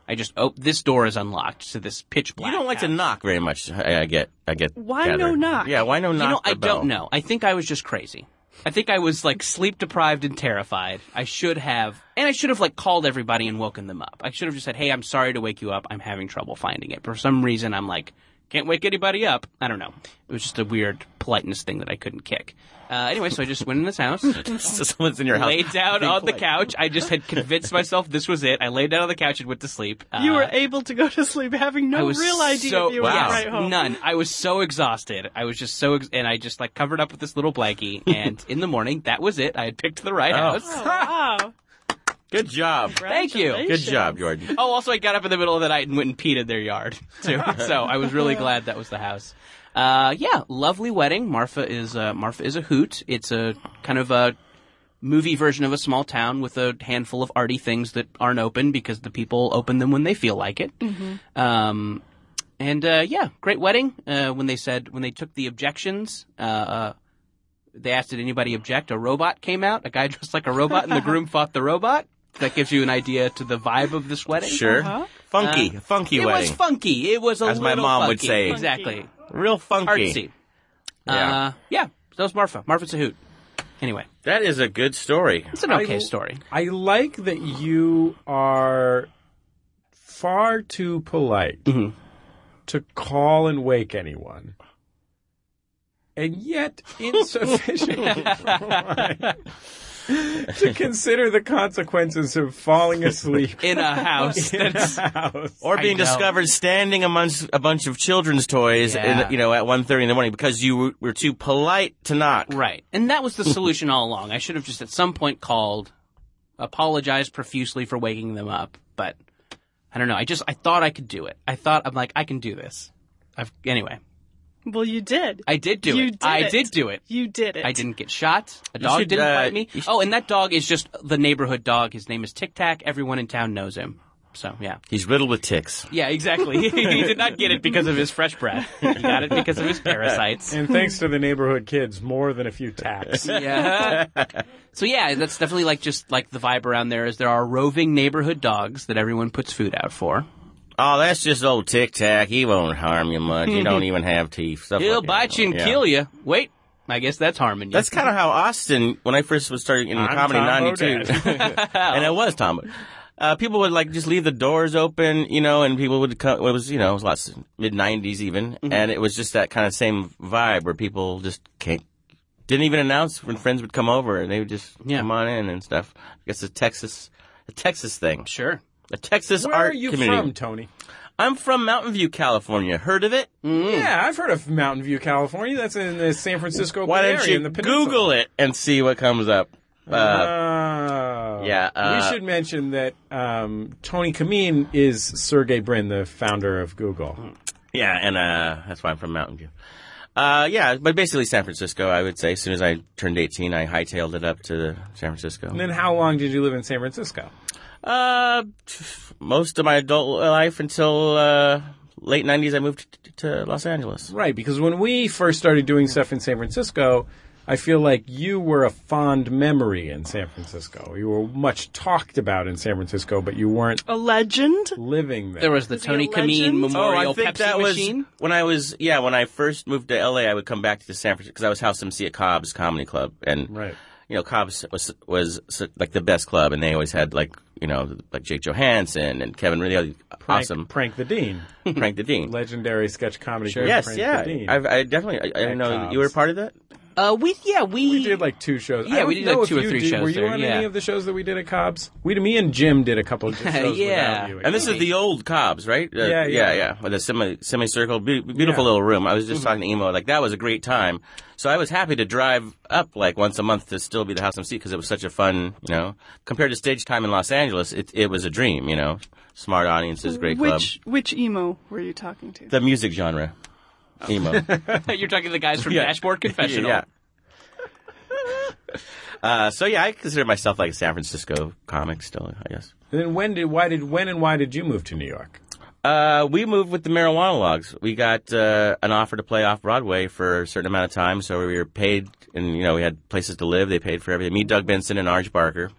C: I just oh, this door is unlocked to this pitch black.
D: You don't like to
C: house.
D: knock very much. I, I get. I get.
E: Why
D: gathered.
E: no knock?
D: Yeah. Why no knock?
C: You know,
D: or
C: I
D: bell?
C: don't know. I think I was just crazy. I think I was like sleep deprived and terrified. I should have, and I should have like called everybody and woken them up. I should have just said, "Hey, I'm sorry to wake you up. I'm having trouble finding it for some reason. I'm like can't wake anybody up. I don't know. It was just a weird politeness thing that I couldn't kick. Uh, anyway, so I just went in this house.
D: Someone's in your house.
C: laid down
D: Being
C: on the
D: polite.
C: couch. I just had convinced myself this was it. I laid down on the couch and went to sleep. Uh,
E: You were able to go to sleep having
C: I
E: no
C: was
E: real idea
C: so,
E: if you
D: wow.
E: were right home.
C: None. I was so exhausted. I was just so, ex- and I just like covered up with this little blankie. And in the morning, that was it. I had picked the right house.
E: Oh, wow.
D: Good job.
C: Thank you.
D: Good job, Jordan.
C: Oh, also, I got up in the middle of the night and went and peed in their yard too. so I was really glad that was the house. Uh, yeah, lovely wedding. Marfa is uh, Marfa is a hoot. It's a kind of a movie version of a small town with a handful of arty things that aren't open because the people open them when they feel like it. Um, and uh, yeah, great wedding. Uh, when they said when they took the objections, uh, uh, they asked did anybody object. A robot came out. A guy dressed like a robot, and the groom fought the robot. That gives you an idea to the vibe of this wedding.
D: Sure. Funky, funky
C: uh-huh. Uh, it
D: wedding.
C: was funky. It was a
D: As my
C: little
D: mom would
C: funky.
D: say.
C: Exactly.
D: Real funky.
C: Artsy.
D: Yeah.
C: Uh, yeah. So that was Marfa. Marfa's a hoot. Anyway,
D: That is a good story.
C: it's an okay story.
B: I like that you are far too polite
D: Mm-hmm.
B: to call and wake anyone, and yet insufficiently polite to consider the consequences of falling asleep
C: In a house.
B: in a
C: that's,
B: house.
D: Or being
C: know.
D: discovered standing amongst a bunch of children's toys,
C: Yeah.
D: in, you know, at 1.30 in the morning because you were- were too polite to knock.
C: right. And that was the solution all along. I should have just at some point called, apologized profusely for waking them up, but I don't know. I just, I thought I could do it. I thought, I'm like, I can do this. I've, anyway,
E: Well, you did.
C: I did do
E: You
C: it.
E: did
C: I
E: it.
C: did do it.
E: you did it.
C: I didn't get shot. A dog
D: should,
C: didn't
D: uh,
C: bite me.
D: you should-
C: Oh, and that dog is just the neighborhood dog. His name is Tic Tac. Everyone in town knows him. So yeah,
D: He's riddled with ticks.
C: yeah, exactly. he did not get it because of his fresh breath. He got it because of his parasites.
B: and thanks to the neighborhood kids, more than a few taps.
C: Yeah. So yeah, that's definitely like just like the vibe around there is there are roving neighborhood dogs that everyone puts food out for.
D: Oh, that's just old Tic Tac. He won't harm you much. He don't even have teeth. Stuff
C: He'll
D: like
C: bite
D: that.
C: you and
D: Yeah.
C: kill you. Wait, I guess that's harming you.
D: That's kind of how Austin, when I first was starting in
B: I'm
D: comedy in
B: Tom
D: 92, and I was Tom, uh, people would like just leave the doors open, you know, and people would come, it was, you know, it was lots, mid 90s even,
B: Mm-hmm.
D: and it was just that kind of same vibe where people just can't, didn't even announce when friends would come over and they would just
C: Yeah.
D: come on in and stuff. I guess a Texas, a Texas thing,
C: sure.
D: a Texas
B: Where
D: art
B: are you
D: community.
B: from, Tony?
D: I'm from Mountain View, California. Heard of it?
B: Mm. Yeah, I've heard of Mountain View, California. That's in the San Francisco
D: Why
B: Bay
D: don't
B: Area
D: you
B: in the peninsula.
D: Google it and see what comes up? Uh,
B: Oh.
D: yeah, uh,
B: we should mention that um, Tony Kameen is Sergey Brin, the founder of
C: Hmm.
B: Google.
D: Yeah, and uh, that's why I'm from Mountain View. Uh, yeah, but basically San Francisco, I would say. As soon as I turned 18, I hightailed it up to San Francisco.
B: And then, how long did you live in San Francisco?
D: Uh, t- most of my adult life until uh, late 90s, I moved t- to Los Angeles.
B: Right, because when we first started doing stuff in San Francisco, I feel like you were a fond memory in San Francisco. You were much talked about in San Francisco, but you weren't
E: a legend.
B: living there.
C: There was the
E: Was he a
C: Tony Kameen
E: legend?
C: Memorial
D: oh, I think
C: Pepsi
D: that
C: machine.
D: was when I was yeah when I first moved to LA. I would come back to San Francisco because I was house MC at Cobb's Comedy Club, and
B: Right.
D: you know Cobb's was was like the best club, and they always had like you know like Jake Johansson and Kevin really
B: Prank,
D: awesome
B: Prank the Dean,
D: Frank the Dean.
B: legendary sketch comedy. group,
D: Yes,
B: Prank
D: yeah.
B: the Dean.
D: I've, I definitely. I, I don't know.
B: Cobb's.
D: You were part of that.
C: Uh, we yeah we,
B: We did like two shows.
C: Yeah,
B: I don't
C: we did,
B: know
C: like,
B: if
C: two or
B: you
C: three
B: did-
C: shows
B: Were you
C: there,
B: on
C: yeah.
B: any of the shows that we did at Cobb's? We, me and Jim did a couple of shows
C: Yeah.
B: without you.
D: And this is the old Cobbs, right? Uh,
B: Yeah, yeah.
D: yeah, With a semi semicircle, be- beautiful
B: Yeah. Mm-hmm.
D: little room. I was just talking to Emo, like that was a great time. So I was happy to drive up like once a month to still be the house MC because it was such a fun, you know. Compared to stage time in Los Angeles, it it was a dream, you know. Smart audiences, great club.
E: Which which emo were you talking to?
D: The music genre, emo.
C: You're talking to the guys from Dashboard Confessional.
D: Yeah. uh, so yeah, I consider myself like a San Francisco comic still, I guess.
B: Then when did why did when and why did you move to New York?
D: Uh, we moved with the marijuana logs. We got uh, an offer to play off Broadway for a certain amount of time, so we were paid, and you know we had places to live. They paid for everything. Me, Doug Benson, and Arch Barker.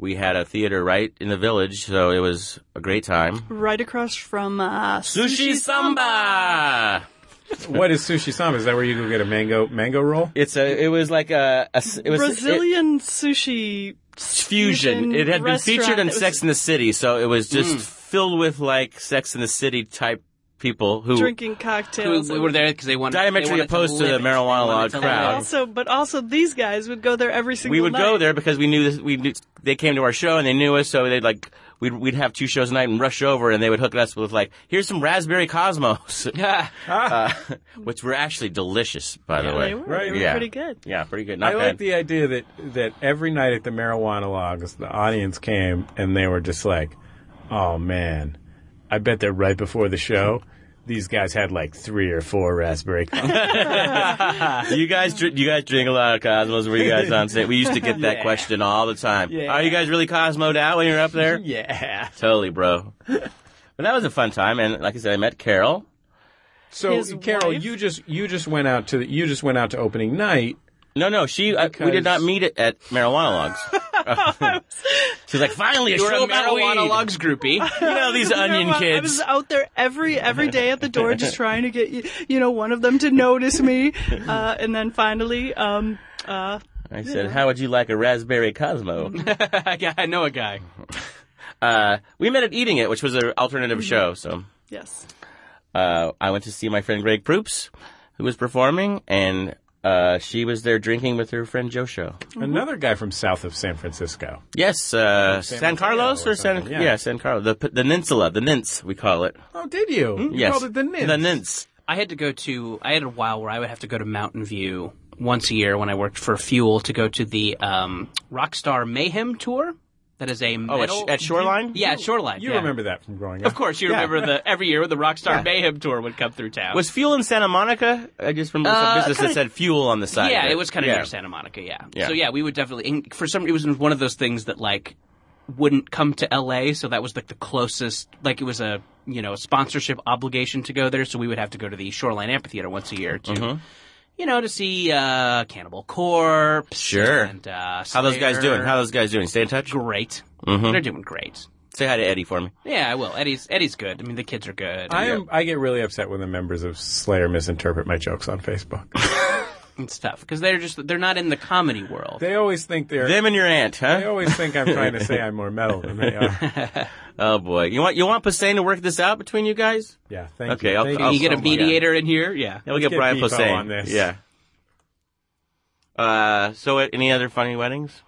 D: We had a theater right in the village, so it was a great time.
E: right across from uh,
D: Sushi Samba.
B: What is sushi samba? Is that where you go get a mango mango roll?
D: It's a. It was like a. a it was
E: Brazilian sushi
D: It's fusion. It had been
E: restaurant.
D: featured in
E: It was Mm.
D: Sex in the City, so it was just filled with like Sex in the City type people who
E: drinking cocktails.
C: We, we were there because they wanted
D: Diametrically
C: they wanted
D: opposed to the
C: live it.
D: marijuana
C: They wanted
D: law
C: to live
E: And
D: crowd.
C: it.
E: also, but also these guys would go there every single.
D: we would
E: night.
D: go there because we knew this, we knew, they came to our show and they knew us, so they'd like we'd we'd have two shows a night and rush over and they would hook us with like here's some raspberry cosmos,
C: Yeah.
D: uh, which were actually delicious by the way.
E: They were,
B: Right,
E: they were
D: yeah.
E: pretty good.
D: Yeah, pretty good. Not
B: I
D: bad.
B: like the idea that that every night at the marijuana logs, the audience came and they were just like, "Oh man, I bet that right before the show, these guys had like three or four raspberry." cocktails."
D: Do you guys drink, you guys drink a lot of Cosmos? Were you guys on set? We used to get that
C: Yeah.
D: question all the time.
C: Yeah.
D: Are you guys really Cosmoed out when you're up there?
B: yeah.
D: Totally, bro. but that was a fun time, and like I said, I met Carol.
B: So
E: His
B: Carol,
E: wife-
B: you just you just went out to you just went out to opening night.
D: No, no, she. I, we did not
B: Because-
D: meet it at marijuana logs. She's like, finally, a
C: You're
D: show
C: a
D: about
C: marijuana
D: weed.
C: logs groupie.
D: You know these onion
E: Marijuana- I
D: kids.
E: was out there every every day at the door, just trying to get y- you know one of them to notice me, uh, and then finally, um, uh,
D: I said, how would you like a raspberry Cosmo?
C: yeah, I know a guy.
D: uh, we met at Eating It, which was an alternative show. So
E: yes,
D: uh, I went to see my friend Greg Proops, who was performing, and uh, she was there drinking with her friend Joe Show.
E: Mm-hmm.
B: Another guy from south of San Francisco.
D: Yes, uh, San,
B: Mateo
D: Carlos
B: or
D: or San
B: something, yeah.
D: yeah. San Carlos, the p- the peninsula, the nince we call it.
B: Oh, did you? You
D: yes,
B: called it the Nint.
D: The nince.
C: I had to go to. I had a while where I would have to go to Mountain View once a year when I worked for Fuel to go to the um, Rockstar Mayhem tour. That is a
D: Oh, at,
C: metal.
D: Sh- at Shoreline.
C: yeah, at Shoreline.
B: You
C: yeah.
B: remember that from growing up.
C: Of course, you remember the every year the Rockstar Mayhem tour would come through town.
D: Was Fuel in Santa Monica? I just remember
C: Uh,
D: some business that
C: kinda-
D: said Fuel on the side.
C: yeah,
D: of
C: it was kind of
D: yeah.
C: near Santa Monica. Yeah.
D: Yeah.
C: So yeah, we would definitely. And for some, it was one of those things that like wouldn't come to L.A. So that was like the closest. Like it was a you know sponsorship obligation to go there. So we would have to go to the Shoreline Amphitheater once a year to.
D: Mm-hmm.
C: You know, to see uh, Cannibal Corpse.
D: Sure.
C: And, uh,
D: How those guys
C: Slayer.
D: doing? How Mm-hmm. those guys doing? Stay in touch.
C: great. They're doing great.
D: Say hi to Eddie for me.
C: Yeah, I will. Eddie's Eddie's good. I mean, the kids are good.
B: I am. I get really upset when the members of Slayer misinterpret my jokes on Facebook.
C: it's tough because they're just they're not in the comedy world.
B: they always think they're.
D: Them and your aunt,
B: they
D: huh?
B: always think I'm trying to say I'm more metal than they are.
D: Oh boy, you want you want Posehn to work this out between you guys?
B: Yeah. Thank
D: Okay,
B: you.
D: I'll-
B: Thank
D: I'll-
C: you get a
D: somebody.
C: mediator in here, yeah.
D: Yeah, we'll
B: Let's
D: get,
B: get
D: Brian
B: Beefo
D: Posehn
B: on this.
D: Yeah. Uh, so uh, any other funny weddings?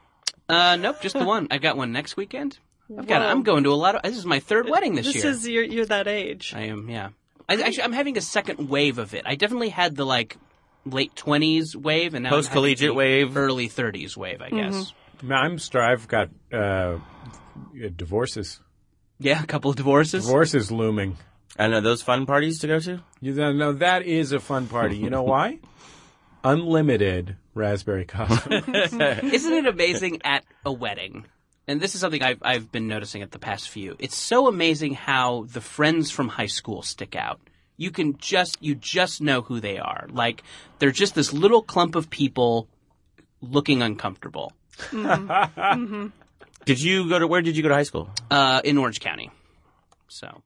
C: Uh, nope, just the one. I've got one next weekend. I've got. I'm going to a lot of. This is my third wedding this,
E: Uh, this
C: year.
E: is you're you're that age.
C: I am. Yeah. I, actually, I'm having a second wave of it. I definitely had the like late twenties wave, and now I'm having
D: Post-collegiate
C: the
D: wave.
C: early thirties wave. I
E: Mm-hmm.
C: guess.
B: you. I'm star. I've got uh, divorces.
C: Yeah, a couple of divorces.
B: Divorces looming.
D: And are those fun parties to go to?
B: You don't know that is a fun party. You know why? Unlimited raspberry Cosmo.
C: Isn't it amazing at a wedding? And this is something I've, I've been noticing at the past few. It's so amazing how the friends from high school stick out. You can just, you just know who they are. Like, they're just this little clump of people looking uncomfortable,
D: Did you go to where did you go to high school?
C: uh, in Orange County. So,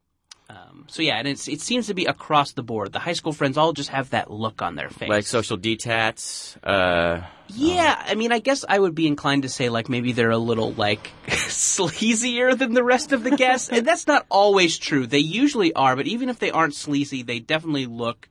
C: um, so yeah, and it's, it seems to be across the board. The high school friends all just have that look on their face.
D: Like social detats. Uh,
C: Yeah, I mean, I guess I would be inclined to say like maybe they're a little like sleazier than the rest of the guests, and that's not always true. They usually are, but even if they aren't sleazy, they definitely look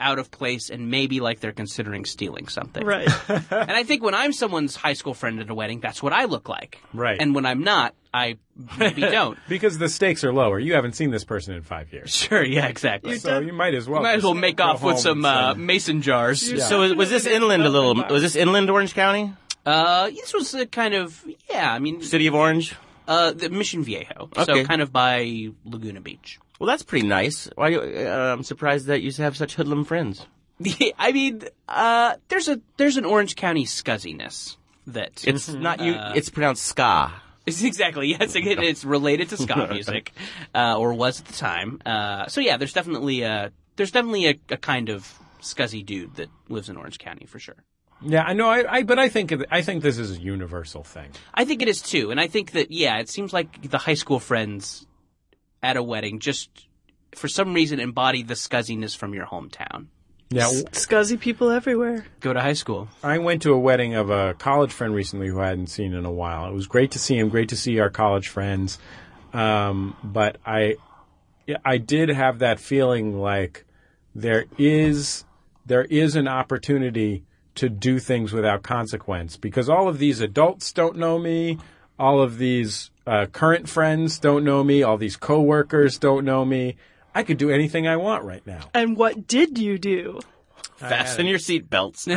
C: out of place and maybe like they're considering stealing something.
E: Right.
C: And I think when I'm someone's high school friend at a wedding, that's what I look like.
B: Right.
C: And when I'm not, I maybe don't.
B: because the stakes are lower. You haven't seen this person in five years,
C: sure. Yeah. Exactly.
B: so you might as well.
C: Might as well
B: just
C: make
B: go
C: off with
B: home
C: some
B: and
C: uh,
B: say-
C: mason jars.
D: So was, was this inland a little? Was this inland Orange County,
C: Uh, this was a kind of yeah. I mean,
D: city of Orange?
C: Uh, the Mission Viejo. So
D: Okay.
C: kind of by Laguna Beach.
D: Well, that's pretty nice. Why? do- Uh, I'm surprised that you have such hoodlum friends.
C: I mean, uh, there's a there's an Orange County scuzziness that
D: It's
B: Mm-hmm.
D: not you.
B: Uh,
D: It's pronounced ska.
C: It's exactly yes. Again, it's related to ska music, uh, or was at the time. Uh, so yeah, there's definitely a there's definitely a, a kind of scuzzy dude that lives in Orange County for sure.
B: Yeah, I know. I, I but I think I think this is a universal thing.
C: I think it is too, and I think that yeah, it seems like the high school friends at a wedding just for some reason embody the scuzziness from your hometown.
B: Yeah,
E: Scuzzy people everywhere.
C: Go to high school.
B: I went to a wedding of a college friend recently who I hadn't seen in a while. It was great to see him. Great to see our college friends. Um, but I, yeah, I did have that feeling like there is there is an opportunity to do things without consequence because all of these adults don't know me. All of these uh, current friends don't know me. All these coworkers don't know me. I could do anything I want right now.
E: And what did you do?
D: Fasten your seatbelts.
B: I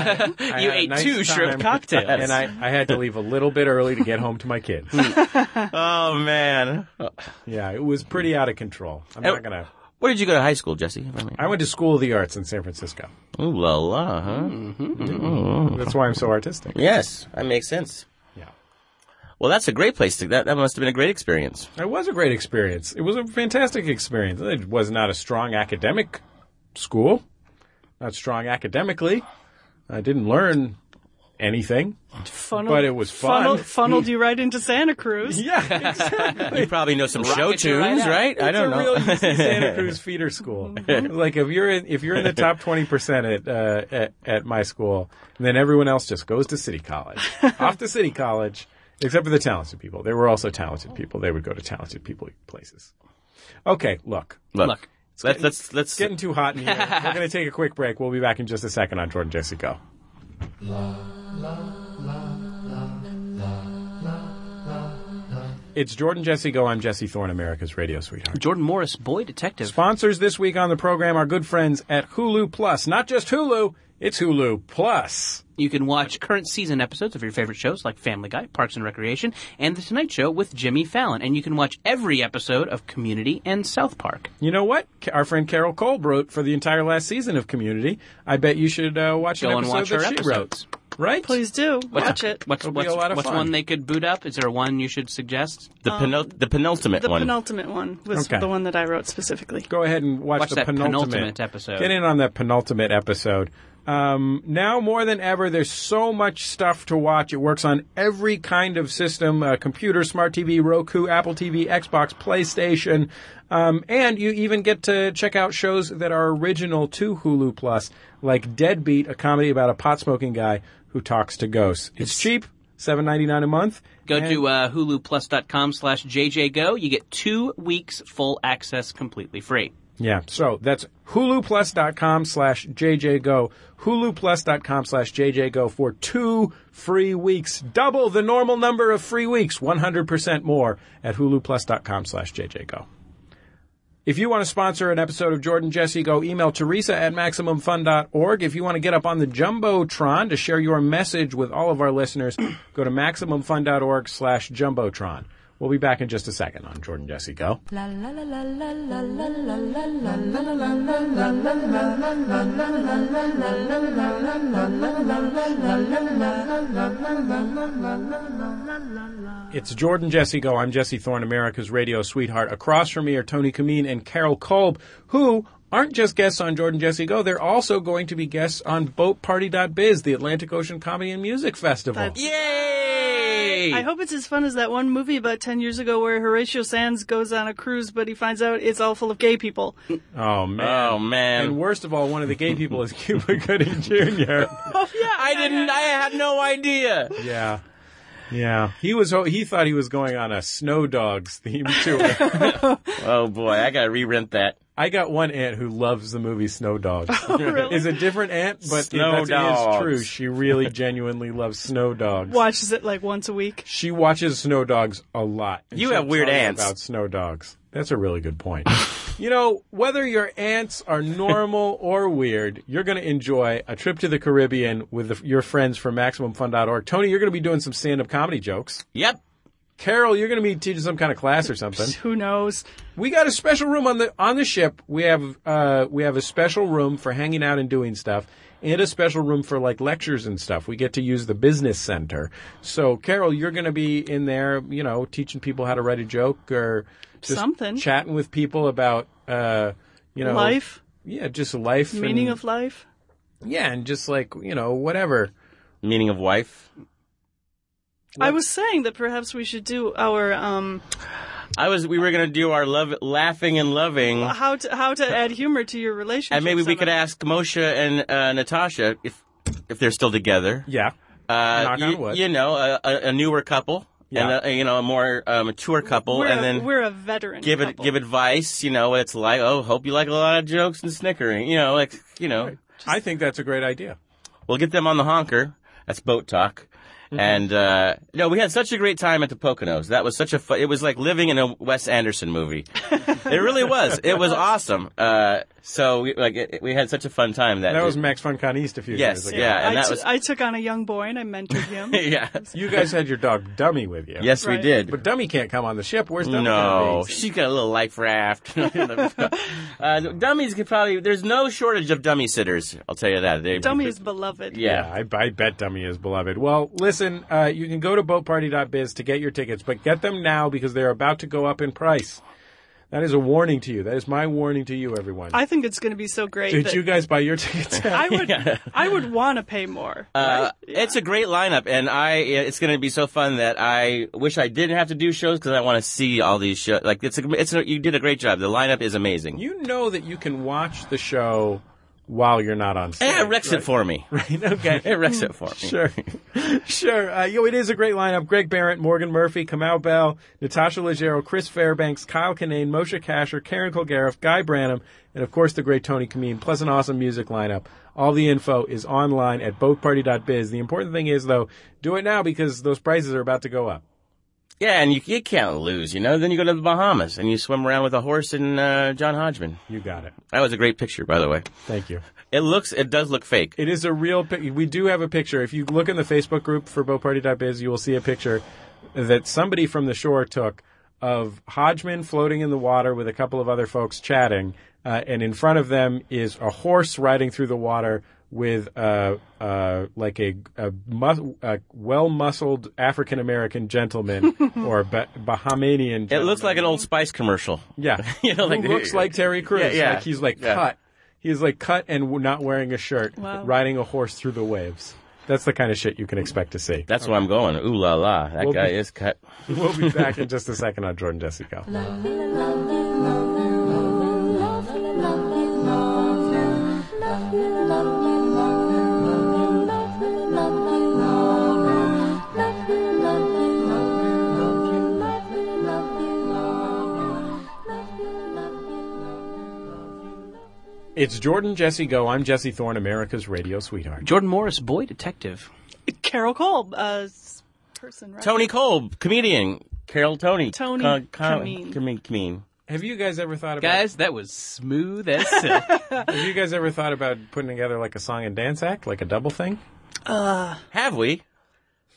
C: you
B: had a
C: ate
B: nice
C: two shrimp
B: time,
C: cocktails.
B: and I, I had to leave a little bit early to get home to my kids.
C: Hmm.
D: oh man,
B: yeah, it was pretty out of control. I'm not gonna.
D: where did you go to high school, Jesse? If I may-
B: I went to School of the Arts in San Francisco.
D: Ooh la la, huh?
B: Hmm. That's why I'm so artistic.
D: Yes, that makes sense.
C: Hmm.
B: Yeah,
D: Well, that's a great place to. That that must have been a great experience.
B: it was a great experience. It was a fantastic experience. It was not a strong academic school, not strong academically. I didn't learn anything.
E: Funneled,
B: But it was fun.
E: Funneled, funneled you right into Santa Cruz.
B: Yeah, exactly.
D: You probably know some show
C: Rocket you
D: tunes,
C: right
D: right?
C: up.
D: I
B: It's
D: don't
B: a
D: know.
B: real UC Santa Cruz feeder school. like if you're in, if you're in the top twenty percent at, uh, at at my school, then everyone else just goes to City College, off to City College, except for the talented people. There were also talented people. They would go to talented people places. Okay, look,
D: Look,
C: Look.
D: let's let's let's
B: it's getting too hot in here. we're going to take a quick break. We'll be back in just a second on Jordan Jesse Go. It's Jordan Jesse Go. I'm Jesse Thorne, America's radio sweetheart.
C: Jordan Morris, boy detective.
B: Sponsors this week on the program are good friends at Hulu Plus. Not just Hulu, it's Hulu Plus.
C: You can watch current season episodes of your favorite shows like Family Guy, Parks and Recreation, and The Tonight Show with Jimmy Fallon. And you can watch every episode of Community and South Park.
B: You know what? Ca- Our friend Carol Cole wrote for the entire last season of Community. I bet you should uh, watch
C: Go
B: an
C: and
B: episode
C: watch
B: that
C: her
B: she
C: episodes.
B: wrote. Right?
E: Please do watch it.
C: What's,
B: It'll be
C: what's,
B: a lot of
C: what's
B: fun.
C: one they could boot up? Is there one you should suggest?
D: the penul- the penultimate
E: The
D: one.
E: penultimate one was
B: Okay.
E: the one that I wrote specifically.
B: Go ahead and watch,
C: Watch
B: the
C: that
B: penultimate.
C: penultimate episode.
B: Get in on that penultimate episode. Um, now more than ever, there's so much stuff to watch. It works on every kind of system: uh, computer, smart TV, Roku, Apple TV, Xbox, PlayStation, um, and you even get to check out shows that are original to Hulu Plus, like Deadbeat, a comedy about a pot smoking guy who talks to ghosts. It's, cheap, seven ninety nine a month.
C: Go
B: and-
C: to uh, huluplus.com slash jjgo. You get two weeks full access completely free.
B: Yeah. So that's huluplus.com slash jjgo. huluplus.com slash jjgo for two free weeks. Double the normal number of free weeks. 100% more at huluplus.com slash jjgo. If you want to sponsor an episode of Jordan Jesse Go, email Teresa at MaximumFun.org. If you want to get up on the Jumbotron to share your message with all of our listeners, go to MaximumFun.org slash Jumbotron. We'll be back in just a second on Jordan Jesse Go.
A: La la la la la la la la la la
B: It's Jordan Jesse Go. I'm Jesse Thorne, America's radio sweetheart. Across from me are Tony Kameen and Carol Kolb, who aren't just guests on Jordan Jesse Go. They're also going to be guests on BoatParty.biz, the Atlantic Ocean Comedy and Music Festival.
D: Yay!
E: I hope it's as fun as that one movie about 10 years ago where Horatio Sands goes on a cruise, but he finds out it's all full of gay people.
B: Oh, man.
D: oh man,
B: And worst of all, one of the gay people is Cuba Gooding Jr.
E: Oh, yeah.
D: I didn't. I had no idea.
B: yeah. Yeah. He was he thought he was going on a Snow Dogs theme tour.
D: Oh boy, I gotta re-rent that.
B: I got one aunt who loves the movie Snow Dogs.
E: really?
B: Is a different aunt, but
D: Snow
B: that's, it is
D: Dogs.
B: true. She really genuinely loves Snow Dogs.
E: Watches it like once a week.
B: She watches Snow Dogs a lot. And
D: You
B: she'll
D: have weird
B: tell you
D: aunts.
B: about Snow Dogs. That's a really good point. you know, whether your aunts are normal or weird, you're going to enjoy a trip to the Caribbean with the, your friends from MaximumFun.org. Tony, you're going to be doing some stand-up comedy jokes.
D: Yep.
B: Carol, you're going to be teaching some kind of class or something.
E: Who knows?
B: We got a special room on the on the ship. We have uh, we have a special room for hanging out and doing stuff, and a special room for like lectures and stuff. We get to use the business center. So, Carol, you're going to be in there, you know, teaching people how to write a joke or just
E: Something.
B: chatting with people about uh, you know,
E: Life,
B: Yeah, just life,
E: meaning
B: and,
E: of life.
B: yeah, and just like you know, whatever.
D: Meaning of wife.
E: I was saying that perhaps we should do our um,
D: I was. We were gonna do our love, laughing and loving,
E: how to how to add humor to your relationship.
D: and maybe we could
E: somehow.
D: ask Moshe and uh, Natasha if if they're still together.
B: Yeah,
D: Uh,
B: Knock on
D: you,
B: wood.
D: you know, a, a, a newer couple,
B: Yeah.
D: and a, you know, a more uh, mature couple,
E: We're
D: and
E: a,
D: then
E: we're a veteran.
D: give it
E: couple.
D: give advice. You know, what it's like. Oh, hope you like a lot of jokes and snickering. You know, like you know,
B: I think that's a great idea.
D: we'll get them on the honker. That's boat talk. And uh, no, we had such a great time at the Poconos. That was such a fun. It was like living in a Wes Anderson movie. it really was. It was awesome. Uh, so we, like it, we had such a fun time that.
B: That was Max FunCon East a few
D: Yes,
B: years ago.
D: yeah.
E: I
D: and that
E: t-
D: was-
E: I took on a young boy and I mentored him.
D: yeah.
B: You guys had your dog Dummy with you.
D: Yes, we
E: Right.
D: did.
B: But Dummy can't come on the ship. Where's Dummy? gonna
D: No,
B: be?
D: she got a little life raft. uh, dummies could probably. There's no shortage of dummy sitters. I'll tell you that. They,
E: Dummy is beloved.
D: Yeah.
B: Yeah, I, I bet Dummy is beloved. Well, listen, uh, you can go to boatparty.biz to get your tickets, but get them now because they're about to go up in price. That is a warning to you. That is my warning to you, everyone.
E: I think it's going to be so great.
B: Did
E: that
B: you guys buy your tickets?
E: I would, I would want to pay more.
D: Uh, It's a great lineup, and I it's going to be so fun that I wish I didn't have to do shows because I want to see all these shows. Like it's a, it's a, you did a great job. The lineup is amazing.
B: you know that you can watch the show while you're not on stage.
D: Eh, it wrecks it for me.
B: Right? Okay.
D: It wrecks it for me.
B: Sure. sure. Uh, yo, it is a great lineup. Greg Barrett, Morgan Murphy, Kamau Bell, Natasha Leggero, Chris Fairbanks, Kyle Kinane, Moshe Kasher, Karen Kilgariff, Guy Branham, and of course the great Tony Kameen. Plus an awesome music lineup. All the info is online at boatparty.biz. The important thing is, though, do it now because those prices are about to go up.
D: Yeah, and you, you can't lose. You know, then you go to the Bahamas and you swim around with a horse and uh, John Hodgman.
B: You got it.
D: That was a great picture, by the way.
B: Thank you.
D: It looks it does look fake.
B: It is a real. pic- We do have a picture. If you look in the Facebook group for BoatParty.biz, you will see a picture that somebody from the shore took of Hodgman floating in the water with a couple of other folks chatting, uh, and in front of them is a horse riding through the water with uh, uh, like a, a, mus- a well-muscled African American gentleman or ba- Bahamian.
D: It
B: Gentleman.
D: looks like an old Spice commercial.
B: Yeah,
D: You know, like-
B: Who looks like Terry Crews.
D: Yeah, yeah.
B: like he's like
D: Yeah.
B: cut. He's like cut and w- not wearing a shirt,
E: Wow.
B: riding a horse through the waves. That's the kind of shit you can expect to see.
D: That's where I'm going. Ooh la la, that
B: We'll
D: guy
B: be-
D: is cut.
B: We'll be back in just a second on Jordan Jesse Go. It's Jordan Jesse Go. I'm Jesse Thorne, America's radio sweetheart.
C: Jordan Morris, boy detective.
E: Carol Cole, uh, s- person, right?
D: Tony Kolb, comedian. Carol Tony.
E: Tony
D: Con- con-
E: Kameen.
D: Kameen- Kameen.
B: Have you guys ever thought about
C: Guys, that was smooth as silk.
B: Have you guys ever thought about putting together like a song and dance act, like a double thing?
D: Have we?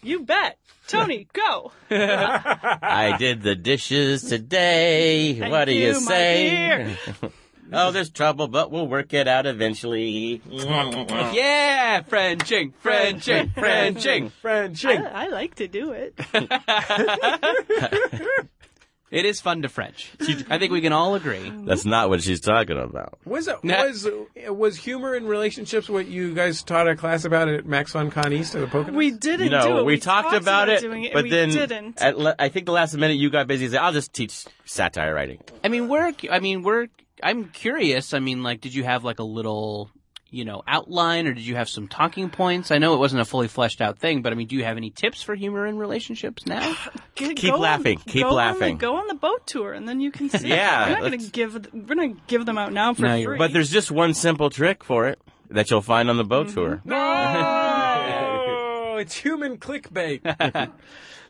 E: You bet. Tony, go.
D: I did the dishes today. what do you,
E: you, my
D: say?
E: dear.
D: oh, there's trouble, but we'll work it out eventually.
C: yeah, Frenching, Frenching, Frenching.
B: Frenching.
E: I like to do it.
C: It is fun to French. I think we can all agree.
D: That's not what she's talking about.
B: Was it
C: Nah.
B: was was humor in relationships what you guys taught a class about at Max Fun Con East or the Pocono?
E: We didn't
D: You know,
E: do it.
D: we, talked, about, it,
E: doing it,
D: but
E: we
D: then
E: didn't.
D: At le- I think the last minute you got busy. and said, I'll just teach satire writing.
C: I mean, we're. I mean, we're. I'm curious. I mean, like, did you have like a little, you know, outline, or did you have some talking points? I know it wasn't a fully fleshed out thing, but I mean, do you have any tips for humor in relationships now?
E: Get-
D: keep
E: go on-
D: laughing, keep
E: go on the-
D: laughing.
E: go on the boat tour, and then you can see.
D: Yeah,
E: we're not going
D: let's-
E: to give. th- We're not gonna give them out now for
C: No,
E: free.
C: you're-
D: But there's just one simple trick for it that you'll find on the boat
E: Mm-hmm.
D: tour.
B: Oh, it's human clickbait.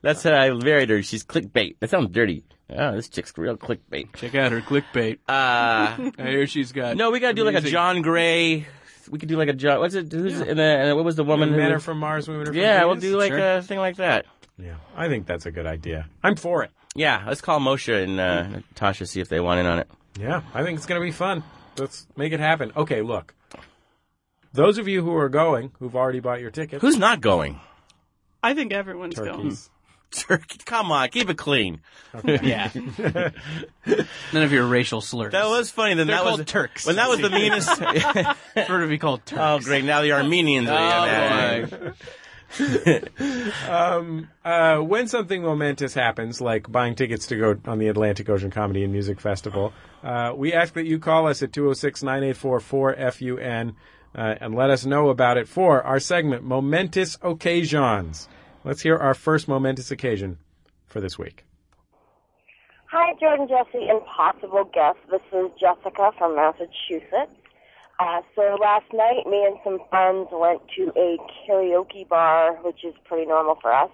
D: That's how I married her. She's clickbait. That sounds dirty. Oh, this chick's real clickbait.
C: Check out her clickbait.
D: Uh,
C: Here she's got.
D: no, we gotta do like a
C: amazing-
D: John Gray. We could do like a John. What's it? Who's in the? uh, What was the woman?
B: Men
D: who
B: are from Mars, women are from
D: yeah, we'll
B: Venus?
D: do like a thing like that.
B: Yeah, I think that's a good idea. I'm for it.
D: Yeah, let's call Moshe and uh,
C: Mm-hmm.
D: Natasha see if they want in on it.
B: Yeah, I think it's going to be fun. Let's make it happen. Okay, look. Those of you who are going, who've already bought your tickets,
D: Who's not going?
E: I think everyone's going.
B: turkeys?
D: Turkey. Come on, keep it clean.
C: Yeah. None of your racial slurs.
D: That was funny. Then
C: They're
D: that was
C: called Turks.
D: When that was the meanest.
C: prefer to be called Turk.
D: oh, great! Now the Armenians are
C: Oh,
D: in
C: boy.
B: Uh, when something momentous happens, like buying tickets to go on the Atlantic Ocean Comedy and Music Festival, uh, we ask that you call us at 206 984 4FUN uh, and let us know about it for our segment, Momentous Occasions. Let's hear our first momentous occasion for this week.
H: Hi, Jordan, Jesse, and possible guest. This is Jessica from Massachusetts. Uh, so last night, me and some friends went to a karaoke bar, which is pretty normal for us.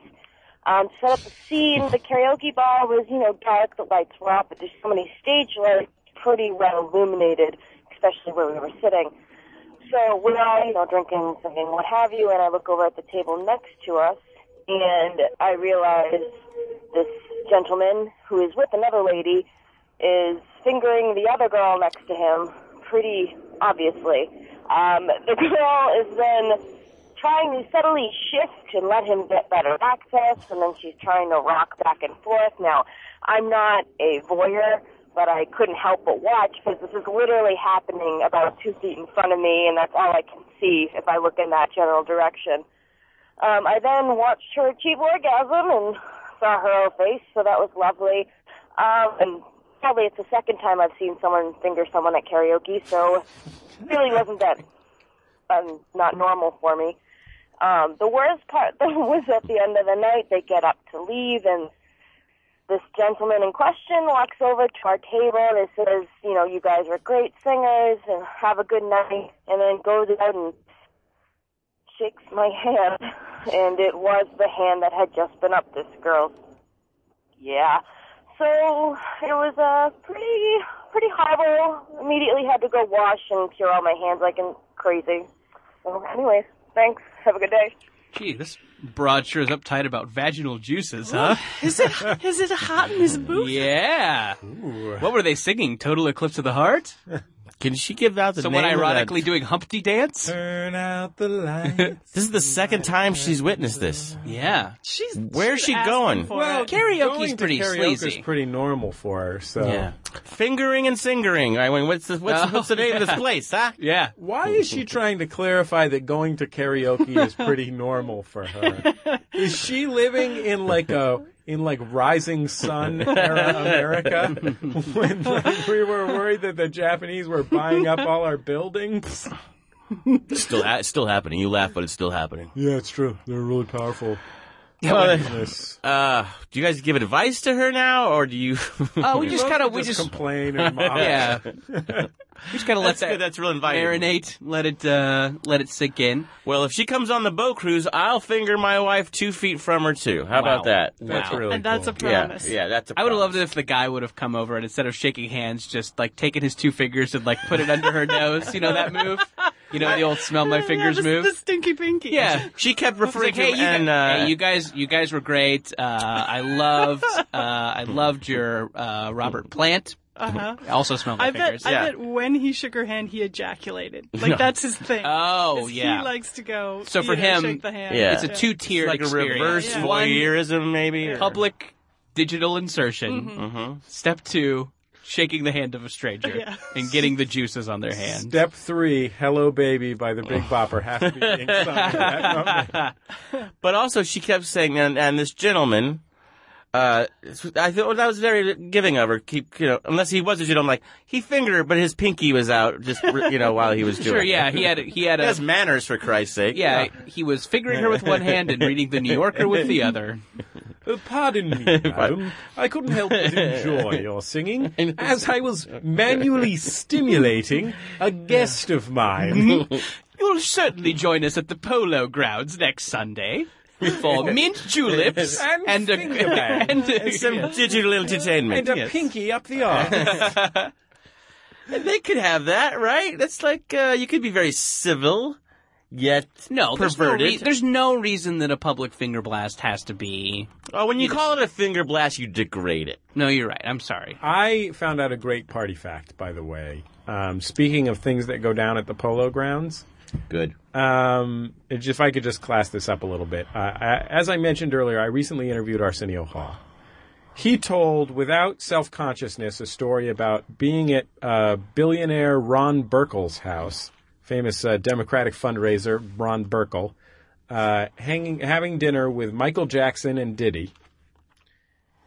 H: Um, set up a scene. The karaoke bar was, you know, dark. The lights were up, but there's so many stage lights, pretty well illuminated, especially where we were sitting. So we're all, you know, drinking, singing, what have you, and I look over at the table next to us, and I realize this gentleman who is with another lady is fingering the other girl next to him, pretty obviously. Um, the girl is then trying to subtly shift and let him get better access, and then she's trying to rock back and forth. Now, I'm not a voyeur, but I couldn't help but watch because this is literally happening about two feet in front of me, and that's all I can see if I look in that general direction. Um, I then watched her achieve orgasm and saw her whole face, so that was lovely. Um, and probably it's the second time I've seen someone finger someone at karaoke, so it really wasn't that um, not normal for me. Um, the worst part though was at the end of the night, they get up to leave, and this gentleman in question walks over to our table and says, "You know, you guys are great singers, and have a good night," and then goes out and shakes my hand, and it was the hand that had just been up this girl's. Yeah. So it was a pretty, pretty horrible. Immediately had to go wash and cure all my hands like I'm crazy. So, anyways, thanks. Have a good day.
C: Gee, this broad sure is uptight about vaginal juices, huh?
E: Is it is it hot in his booth?
C: Yeah. What were they singing? Total Eclipse of the Heart?
D: Can she give out the
C: Someone
D: name of that-
C: ironically doing Humpty Dance?
B: Turn out the light.
D: This is the second time she's witnessed this.
C: Yeah.
E: She's
D: Where's
E: she's
D: she
E: asking
D: going?
E: for
B: well,
E: it.
C: Oh, Karaoke's
B: going to
C: pretty
B: karaoke's
C: sleazy.
B: pretty normal for her. So
C: Yeah.
D: Fingering and singering. I mean, what's the, what's,
C: Oh,
D: what's the name of this place, huh?
C: Yeah.
B: Why is she trying to clarify that going to karaoke is pretty normal for her? Is she living in like a in like rising sun era America when like, we were worried that the Japanese were buying up all our buildings?
D: Still, it's still happening. You laugh, but it's still happening.
B: Yeah, it's true. They're really powerful.
D: Uh, do you guys give advice to her now, or do you?
C: Oh, we just kind of we
B: just,
C: just
B: complain and mock.
C: yeah. we just kind of let
D: that's
C: that
D: good. That's real inviting.
C: marinate, let it uh, let it sink in.
D: Well, if she comes on the boat cruise, I'll finger my wife two feet from her too. How
C: Wow.
D: about that?
B: That's
C: Wow.
B: really
E: And that's
B: cool.
E: a
D: Yeah,
E: promise.
D: yeah, that's. A
C: I would have loved
D: promise.
C: it if the guy would have come over and instead of shaking hands, just like taken his two fingers and like put it under her nose. You know that move? You know the old smell my fingers
E: yeah, the,
C: move?
E: The stinky pinky.
C: yeah.
D: She kept referring
C: It's like, hey,
D: to
C: you,
D: him, and
C: guys,
D: uh,
C: hey, you guys, you guys were great. Uh, I loved, uh, I loved your uh, Robert Plant.
E: Uh-huh.
C: Also, smell my
E: I
C: fingers.
E: bet, I
D: Yeah.
E: bet when he shook her hand, he ejaculated. Like, that's his thing.
C: Oh
E: Is
C: yeah.
E: He likes to go.
C: So
E: you
C: for
E: know,
C: him,
E: shake the hand.
D: yeah.
C: it's a two-tiered
D: like a
C: experience.
D: reverse
E: Yeah.
C: One,
D: voyeurism, maybe. or-
C: public digital insertion.
D: Mm-hmm.
C: Step two, shaking the hand of a stranger
E: Yeah.
C: and getting the juices on their hand.
B: Step three, "Hello, Baby" by the Big Bopper has to be being sung at that moment.
D: But also, she kept saying, and, and this gentleman, uh, I thought that was very giving of her. Keep, you know, unless he was a gentleman, like he fingered her, but his pinky was out, just you know, while he was doing.
C: Sure,
D: it.
C: yeah, he had he had
D: He
C: a
D: has manners for Christ's sake.
C: yeah, he was fingering her with one hand and reading the New Yorker with the other.
B: Uh, Pardon me, madam. I couldn't help but enjoy your singing as I was manually stimulating a guest of mine.
C: You'll certainly join us at the Polo Grounds next Sunday for mint juleps
B: And
C: and,
B: finger
C: a
B: bang.
C: and a-
D: And some digital entertainment.
B: And a pinky up the arse.
D: They could have that, right? That's like uh, you could be very civil, yet
C: no, there's no,
D: perverted.
C: re- there's no reason that a public finger blast has to be.
D: oh, when you call it a finger blast, you degrade it.
C: No, you're right. I'm sorry.
B: I found out a great party fact, by the way. Um, speaking of things that go down at the polo grounds,
D: Good.
B: um, it- if I could just class this up a little bit. Uh, I, as I mentioned earlier, I recently interviewed Arsenio Hall. He told, without self consciousness, a story about being at uh, billionaire Ron Burkle's house, famous uh, Democratic fundraiser Ron Burkle, uh, hanging, having dinner with Michael Jackson and Diddy.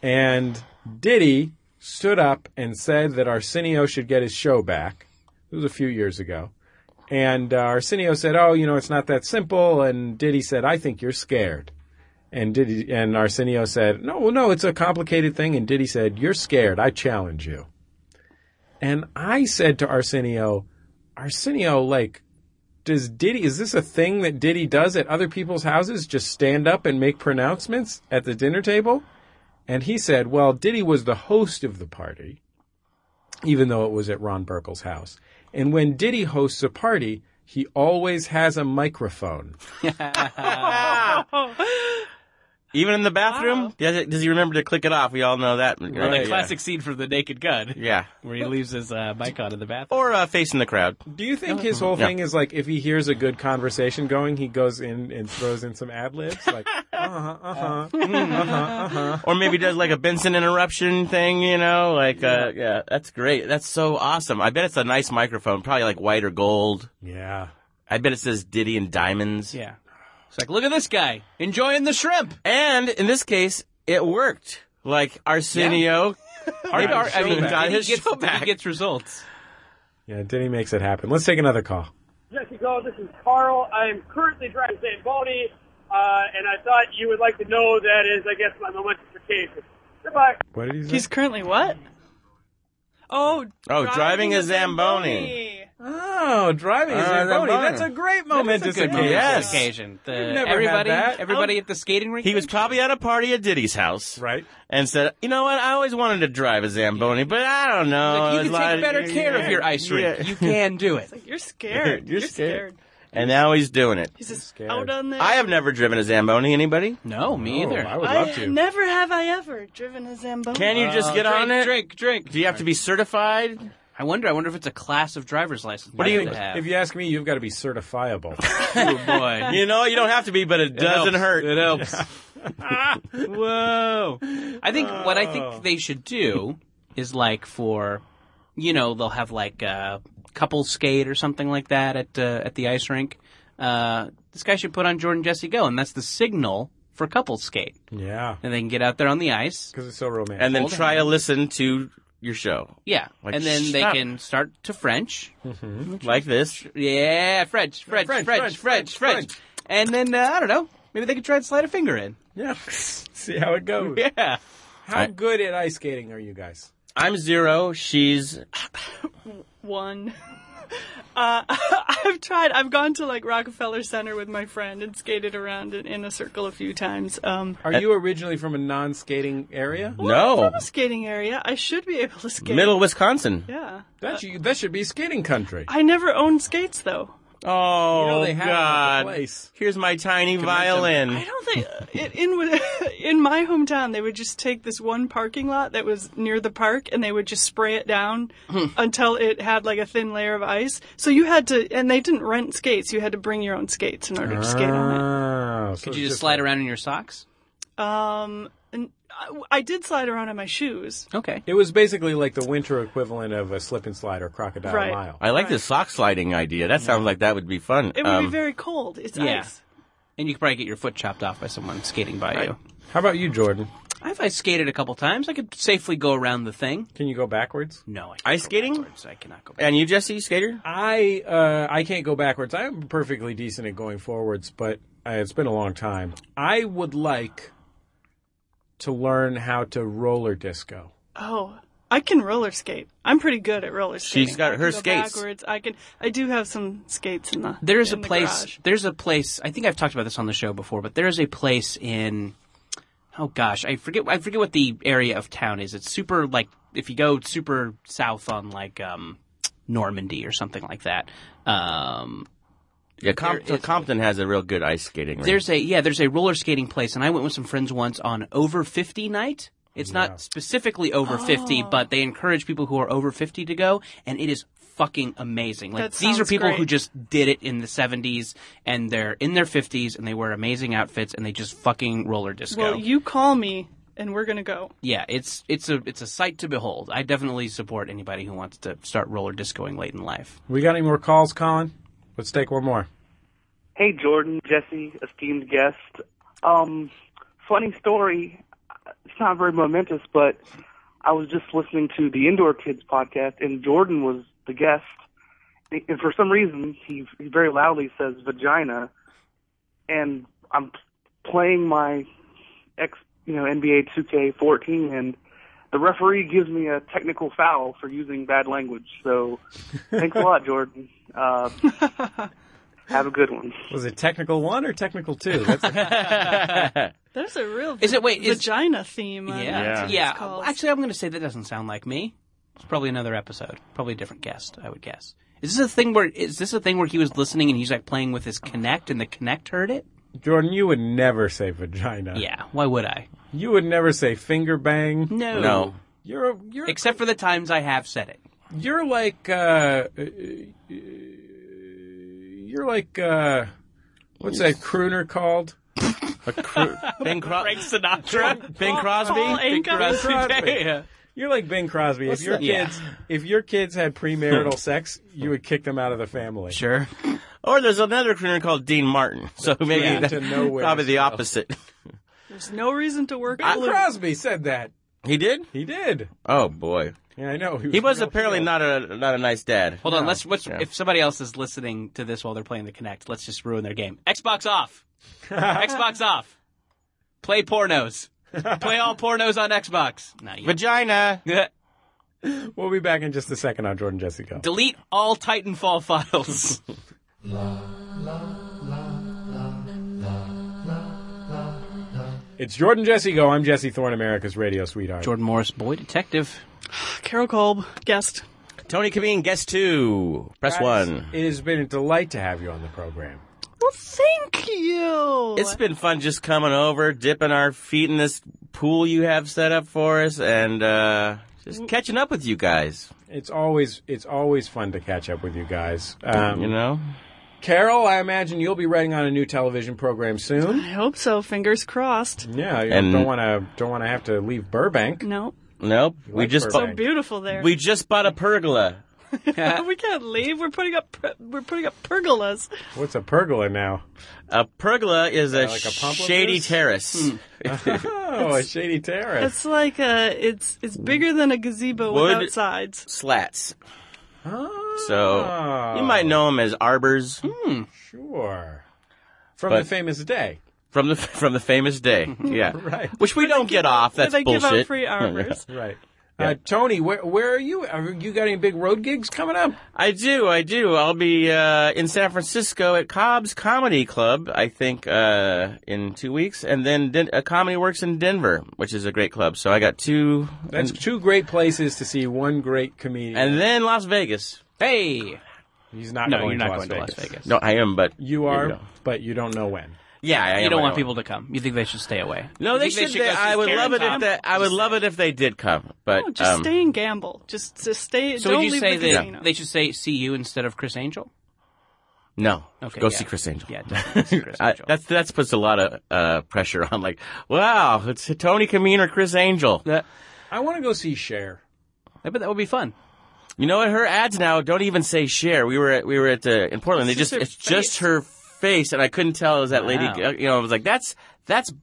B: And Diddy stood up and said that Arsenio should get his show back. It was a few years ago. And uh, Arsenio said, "Oh, you know, it's not that simple." And Diddy said, "I think you're scared." And Diddy and Arsenio said, "No, well, no, it's a complicated thing." And Diddy said, "You're scared. I challenge you." And I said to Arsenio, "Arsenio, like, does Diddy? Is this a thing that Diddy does at other people's houses? Just stand up and make pronouncements at the dinner table?" And he said, "Well, Diddy was the host of the party." even though it was at Ron Burkle's house. And when Diddy hosts a party, he always has a microphone.
D: Even in the bathroom, does, it, does he remember to click it off? We all know that.
C: Or
B: Right,
C: the
B: yeah.
C: classic scene from The Naked Gun,
D: Yeah.
C: where he leaves his uh, mic on in the bathroom.
D: Or uh, facing the crowd.
B: Do you think his whole
D: Yeah.
B: thing is like if he hears a good conversation going, he goes in and throws in some ad libs? Like,
D: or maybe does like a Benson interruption thing, you know? Like, uh, yeah, that's great. That's so awesome. I bet it's a nice microphone, probably like white or gold.
B: Yeah.
D: I bet it says Diddy and diamonds.
C: Yeah. It's like, look at this guy enjoying the shrimp.
D: And in this case, it worked. Like Arsenio,
C: Hard- hard- I mean,
D: back. Got
C: he
D: his
C: gets,
D: show back.
C: He gets results.
B: Yeah, Denny makes it happen. Let's take another call.
I: Jessica, this is Carl. I'm currently driving St. Baldy, uh, and I thought you would like to know who that is, I guess, my momentous occasion. Goodbye.
B: What did he say?
E: He's currently what? Oh,
D: Oh, driving a
E: Zamboni.
B: oh, driving is
D: Uh,
B: Zamboni.
D: Zamboni.
B: That's a great momentous
D: good
B: occasion.
D: moment.
C: Yes.
D: Yes.
C: Occasion. The-
B: You've never had
C: everybody,
B: that.
C: everybody at the skating rink.
D: Oh. he was probably at a party at Diddy's house.
B: Right.
D: And said, you know what? I always wanted to drive a Zamboni, but I don't know.
C: Like, you
D: It's
C: can
D: uh, like-
C: take better care of your ice rink.
D: Yeah.
C: You can do it.
E: You're scared.
D: You're scared. And now he's doing it.
E: He's just out on there.
D: I have never driven a Zamboni. Anybody?
C: No, me either.
B: Oh, I would
E: I-
B: love to.
E: never have I ever driven a Zamboni.
D: Can you just get
C: drink,
D: on it?
C: Drink, drink.
D: Do you have to be certified?
C: I wonder. I wonder if it's a class of driver's license.
D: What do you-
C: have to have?
B: If you ask me, you've got to be certifiable.
C: oh boy.
D: You know, you don't have to be, but it doesn't
C: helps.
D: hurt.
C: It helps.
D: Whoa.
C: I think what I think they should do is like for, you know, they'll have like a couple skate or something like that at uh, at the ice rink. Uh, this guy should put on Jordan Jesse Go, and that's the signal for couple skate,
B: yeah,
C: and they can get out there on the ice.
B: because it's so romantic.
D: And then
C: Hold
D: try to listen to your show
C: Yeah,
D: Like,
C: and then they
D: stop.
C: can start to French.
D: like this.
C: Yeah, French, French, French,
B: French,
C: French,
B: French,
C: French,
B: French.
C: and then uh, I don't know. Maybe they could try and slide a finger in.
B: yeah, see how it goes.
C: Yeah.
B: How good at ice skating are you guys?
D: I'm zero. She's
E: one. Uh, I've tried. I've gone to like Rockefeller Center with my friend and skated around in, in a circle a few times. Um,
B: Are you originally from a non-skating area?
D: no
E: skating area. I should be able to skate.
D: Oh. middle Wisconsin.
E: Yeah.
B: That should, that should be skating country.
E: I never owned skates though.
D: Oh
B: You know they have them at
D: God!
B: the place.
D: Here's my tiny violin.
E: I don't think it, in Wi- in my hometown they would just take this one parking lot that was near the park and they would just spray it down until it had like a thin layer of ice. So you had to, and they didn't rent skates. You had to bring your own skates in order to skate on it.
B: Oh, so
C: Could
B: it's
C: you just
B: just
C: slide
B: like-
C: around in your socks?
E: Um, and I, I did slide around in my shoes.
C: Okay.
B: It was basically like the winter equivalent of a slip and slide or crocodile
E: Right.
B: mile.
D: I like this sock sliding idea. That sounds like that would be fun.
E: It would
D: Um,
E: be very cold. It's
C: yeah.
E: ice.
C: And you could probably get your foot chopped off by someone skating by you.
B: How about you, Jordan?
C: I've I skated a couple times. I could safely go around the thing.
B: Can you go backwards?
C: No, I can't
D: Ice
C: go
D: skating?
C: backwards. I cannot go. Back.
D: and you, Jesse, skater?
B: I uh, I can't go backwards. I'm perfectly decent at going forwards, but uh, it's been a long time. I would like to learn how to roller disco.
E: Oh, I can roller skate. I'm pretty good at roller skating.
D: She's got
E: I can
D: her
E: go
D: skates.
E: Backwards. I can. I do have some skates in the.
C: There is a
E: in the
C: place.
E: garage.
C: there's a place. I think I've talked about this on the show before, but there is a place in. Oh gosh, I forget. I forget what the area of town is. It's super like if you go super south on like um, Normandy or something like that. Um,
D: Yeah, Comp-
C: There is-
D: Compton has a real good ice skating rink.
C: There's a yeah, there's a roller skating place, and I went with some friends once on over fifty night. It's not specifically over fifty,
E: Oh.
C: but they encourage people who are over fifty to go, and it is fucking amazing. Like
E: That
C: these are
E: sounds
C: people who
E: great.
C: just did it in the seventies, and they're in their fifties, and they wear amazing outfits, and they just fucking roller disco.
E: Well, you call me and we're gonna go.
C: yeah, it's it's a it's a sight to behold. I definitely support anybody who wants to start roller discoing late in life.
B: We got any more calls, Colin? Let's take one more.
I: Hey, Jordan, Jesse, esteemed guest. Um, funny story. It's not very momentous, but I was just listening to the Indoor Kids podcast, and Jordan was the guest. And for some reason, he, he very loudly says vagina, and I'm playing my ex, you know, NBA 2K14, and the referee gives me a technical foul for using bad language. So, thanks a lot, Jordan. Uh, have a good one.
B: Was it technical one or technical two? That's
E: There's a real.
C: Is it- wait, is-
E: vagina theme? Uh, on that,
C: Yeah,
E: it's called.
C: Actually, I'm going to say that doesn't sound like me. It's probably another episode. Probably a different guest. I would guess. Is this a thing where is this a thing where he was listening and he's like playing with his Kinect and the Kinect heard it?
B: Jordan, you would never say vagina.
C: Yeah. Why would I?
B: You would never say finger bang.
C: No.
D: no.
B: You're a, you're
C: Except for the times I have said it.
B: you're like uh, uh, you're like uh, what's that crooner called?
D: A cru- ben, Cro-
C: Frank Sinatra.
D: ben Crosby.
E: Paul
D: Ben
E: Anka?
D: Crosby.
B: Crosby. You're like Ben Crosby. if your
D: Yeah.
B: kids, if your kids had premarital sex, you would kick them out of the family.
C: Sure.
D: Or there's another crooner called Dean Martin. So maybe
B: Yeah.
D: that-
B: To nowhere
D: probably the
B: still.
D: opposite.
E: There's no reason to work.
D: Ah,
B: Ben
E: blue.
B: Crosby said that.
D: He did?
B: He did.
D: Oh boy.
B: Yeah, I know.
D: He was
B: real
D: apparently
B: field.
D: not a not a nice dad.
C: Hold on. Let's. What's,
D: Yeah.
C: If somebody else is listening to this while they're playing the Connect, let's just ruin their game. Xbox off. Xbox off. Play pornos. Play all pornos on Xbox. Not you.
D: Vagina.
B: We'll be back in just a second on Jordan Jesse Go.
C: Delete all Titanfall files.
B: It's Jordan Jesse Go. I'm Jesse Thorne, America's radio sweetheart.
C: Jordan Morris, boy detective.
E: Carol Kolb, guest.
D: Tony Kameen, guest two. Press one.
B: It has been a delight to have you on the program.
E: Well, thank you.
D: It's been fun just coming over, dipping our feet in this pool you have set up for us, and uh, just
E: Mm.
D: catching up with you guys.
B: It's always it's always fun to catch up with you guys. Um,
D: You know,
B: Carol, I imagine you'll be writing on a new television program soon.
E: I hope so. Fingers crossed.
D: Mm-hmm.
B: Yeah, you
D: And-
B: don't want to don't want to have to leave Burbank.
E: No,
D: nope. we
B: like
D: just
B: her,
D: bought,
E: so beautiful there.
D: we just bought a pergola.
E: we can't leave. We're putting up per- we're putting up pergolas.
B: What's a pergola now?
D: A pergola is a,
B: Uh, like a pump up
D: shady
B: this?
E: Hmm.
D: terrace.
B: Oh, a shady terrace.
E: It's like a it's it's bigger than a gazebo
D: Wood-
E: without sides.
D: Slats.
B: Oh,
D: So you might know them as arbors
B: sure from
D: But-
B: the famous day,
D: from the from the famous day. Yeah,
B: right?
D: which we don't get off. That's
E: they
D: bullshit.
E: give out free arbors.
B: Right. Uh, Tony, where where are you? Are you got any big road gigs coming up?
D: I do, I do. I'll be uh, in San Francisco at Cobb's Comedy Club, I think, uh, in two weeks, and then Den- uh, Comedy Works in Denver, which is a great club. So I got two,
B: That's two great places to see one great comedian.
D: and then Las Vegas.
C: Hey.
B: He's not
C: No,
B: going,
C: you're
B: to,
C: not
B: Las
C: going to Las
B: Vegas.
C: Vegas.
D: No, I am, but
B: You are,
D: know.
B: but you don't know when.
D: Yeah, I am,
C: You don't
D: I
C: want
D: know.
C: people to come. You think they should stay away.
D: No,
C: You
D: they
C: think
D: should.
C: go
D: they-
C: see
D: I would
C: Karen
D: love it if
C: Tom?
D: they. I would love it if they did come, but
E: No, just
D: um,
E: stay in gamble. Just just stay.
C: So
E: don't
C: would you
E: leave
C: say
E: the
C: that
E: casino.
C: they should say see you instead of Chris Angel?
D: no.
C: Okay,
D: go
C: yeah.
D: see Chris Angel.
C: Yeah, definitely see Chris
D: I,
C: Angel.
D: that's that's puts a lot of uh, pressure on. Like, wow, it's Tony Kameen or Chris Angel.
C: that,
B: I want to go see Cher.
C: I bet that would be fun.
D: You know what? Her ads now don't even say share. We were at, we were at uh, in Portland. They just it's just her face, and I couldn't tell it was that lady.
C: Wow.
D: Ga- You know, I was like, that's that's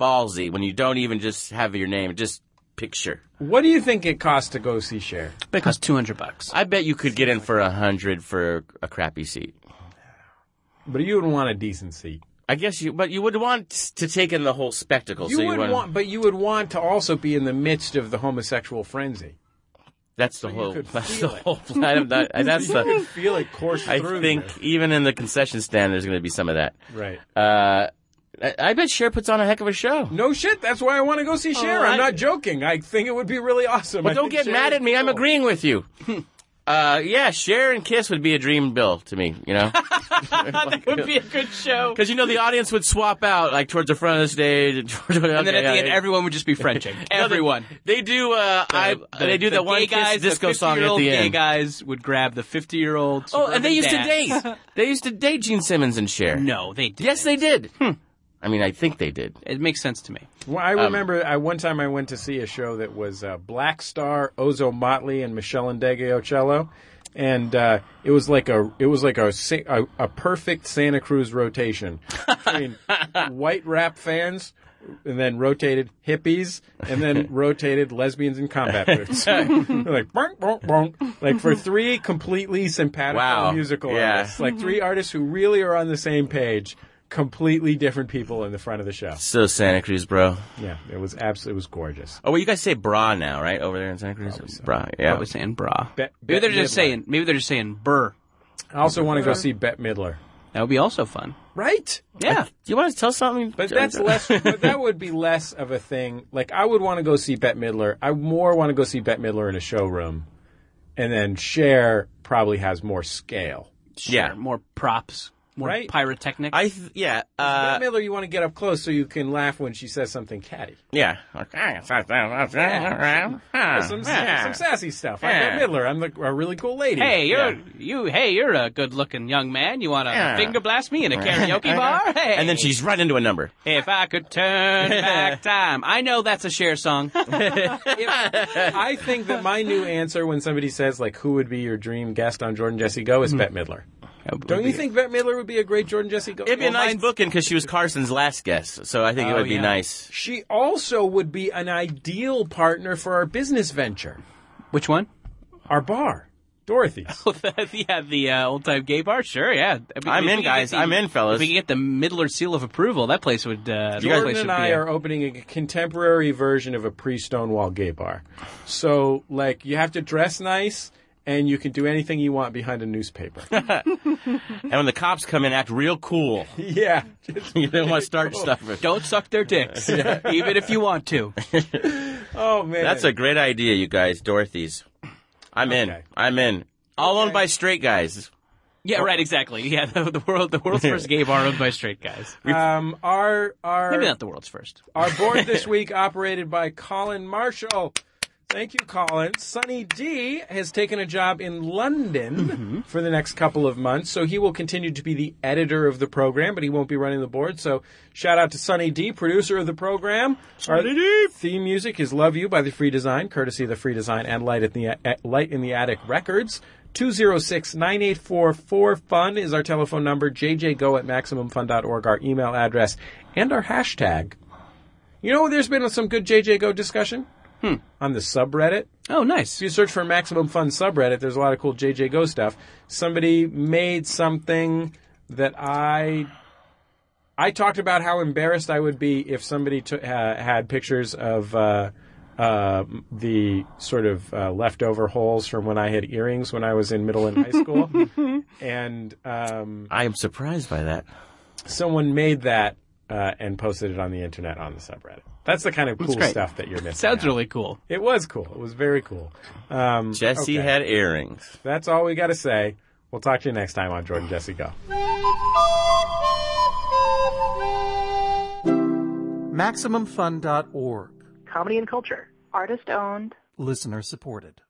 D: ballsy when you don't even just have your name, just picture.
B: What do you think it costs to go see Cher?
C: It costs two hundred bucks.
D: I bet you could get in for a hundred for a crappy seat.
B: But you would want a decent seat.
D: I guess you, but you would want to take in the whole spectacle.
B: You
D: so
B: would
D: wouldn't-
B: want, but you would want to also be in the midst of the homosexual frenzy.
D: That's the whole.
B: could
D: That's the
B: feel it.
D: whole. I'm not- that's the.
B: Feel it course
D: I
B: through.
D: think even in the concession stand, there's going to be some of that.
B: you. right.
D: Uh, I, I bet Cher puts on a heck of a show.
B: No shit. That's why I want to go see Cher. I'm
E: I-
B: not joking. I think it would be really awesome.
D: Well, Oh, don't get mad at me. I'm agreeing with you. Uh, yeah, share and kiss would be a dream bill to me, you know,
E: that would be a good show.
D: because you know the audience would swap out like towards the front of the stage, and, towards,
C: And then at the end, everyone would just be Frenching. Everyone.
D: they do. Uh, I, they do
C: the
D: that one
C: gay guys,
D: kiss disco
C: the
D: song at
C: 50-year-old
D: the
C: gay
D: end.
C: guys would grab the fifty-year-old.
D: Oh, and they used
C: dad.
D: to date. They used to date Gene Simmons and Cher.
C: No, Hmm. they did.
D: Yes, they did. I mean, I think they did.
C: It makes sense to me.
B: Well, I
D: Um,
B: remember I, one time I went to see a show that was uh, Black Star, Ozo Motley, and Michelle and Ocello, and uh, it was like a it was like a sa- a, a perfect Santa Cruz rotation between white rap fans, and then rotated hippies, and then rotated lesbians in combat boots. They're like bonk, bonk, bonk. like for three completely simpatico
D: Wow.
B: musical
D: Yeah. Mm-hmm.
B: artists, like three artists who really are on the same page. Completely different people in the front of the show.
D: So Santa Cruz, bro.
B: Yeah, it was absolutely it was gorgeous.
D: Oh, well, you guys say bra now, right? Over there in Santa Cruz, bra. Yeah.
C: I was saying bra.
B: Be-
C: maybe they're
B: Bette
C: just
B: Midler.
C: saying. Maybe they're just saying burr.
B: I also want to go see Bette Midler.
C: That would be also fun.
B: Right?
C: Yeah.
D: Do you want to tell something?
B: But that's less. but that would be less of a thing. Like I would want to go see Bette Midler. I more want to go see Bette Midler in a showroom, and then Cher probably has more scale.
D: Yeah.
C: More props. more
B: Right.
C: pyrotechnic.
D: I th- yeah uh,
B: Miller, you want to get up close so you can laugh when she says something catty.
D: yeah. Okay.
B: Some,
D: Yeah.
B: some sassy stuff. I'm
D: Uh-huh. Yeah.
B: Bette Midler. I'm the, a really cool lady.
C: hey, you're
D: Yeah.
C: you. Hey, you're a good-looking young man. You want to
D: Yeah.
C: finger blast me in a karaoke bar? Hey.
D: And then she's right into a number.
C: If I could turn back time, I know that's a share song.
B: I think that my new answer when somebody says like, "Who would be your dream guest on Jordan Jesse Go?" is Bette Midler. Don't you think Bette Midler would be a great Jordan Jesse Go?
D: It'd be a
B: Well,
D: nice
B: mine's-
D: booking because she was Carson's last guest, so I think it
C: Oh,
D: would be
C: yeah.
D: nice.
B: She also would be an ideal partner for our business venture,
C: Which one?
B: our bar, Dorothy's.
C: yeah, the uh, old time gay bar. Sure, yeah. I mean,
D: I'm
C: if
D: in,
C: we could
D: guys.
C: get
D: I'm in, fellas.
C: If we could get the Midler seal of approval, that place would. Uh, that
B: Jordan
C: place would
B: and
C: be
B: I
C: a-
B: are opening a contemporary version of a pre-Stonewall gay bar. So, like, you have to dress nice, and you can do anything you want behind a newspaper.
D: And when the cops come in, act real cool.
B: yeah, Just-
D: you don't want to start stuff.
C: Don't suck their dicks, even if you want to.
B: Oh man,
D: That's a great idea, you guys. Dorothy's. I'm in.
B: Okay.
D: I'm in. All owned by straight guys.
C: Yeah, right. Exactly. Yeah, the, the world, the world's first gay bar owned by straight guys.
B: um, our
C: Maybe
B: our
C: not the world's first.
B: our board this week operated by Colin Marshall. Thank you, Colin. Sonny D has taken a job in London for the next couple of months, so he will continue to be the editor of the program, but he won't be running the board. So shout out to Sonny D, producer of the program. Sonny D. Theme music is "Love You" by the Free Design, courtesy of the Free Design and Light at the uh, at Light in the Attic Records. 206-984-4FUN is our telephone number, jjgo at MaximumFun.org, our email address, and our hashtag. You know, there's been some good jjgo discussion
C: Hmm.
B: on the subreddit.
C: Oh, nice.
B: If you search for Maximum Fun subreddit, there's a lot of cool jjgo stuff. Somebody made something that I... I talked about how embarrassed I would be if somebody t- ha- had pictures of... Uh, uh, the sort of uh, leftover holes from when I had earrings when I was in middle and high school, and um,
D: I am surprised by that.
B: someone made that uh, and posted it on the internet on the subreddit. That's the kind of cool
C: great.
B: stuff that you're missing.
C: Sounds
B: out.
C: really cool.
B: It was cool. It was very cool. Um,
D: Jesse
B: okay.
D: had earrings.
B: That's all we got to say. We'll talk to you next time on Jordan Jesse Go.
J: MaximumFun.org.
K: Comedy and culture. Artist owned.
J: Listener supported.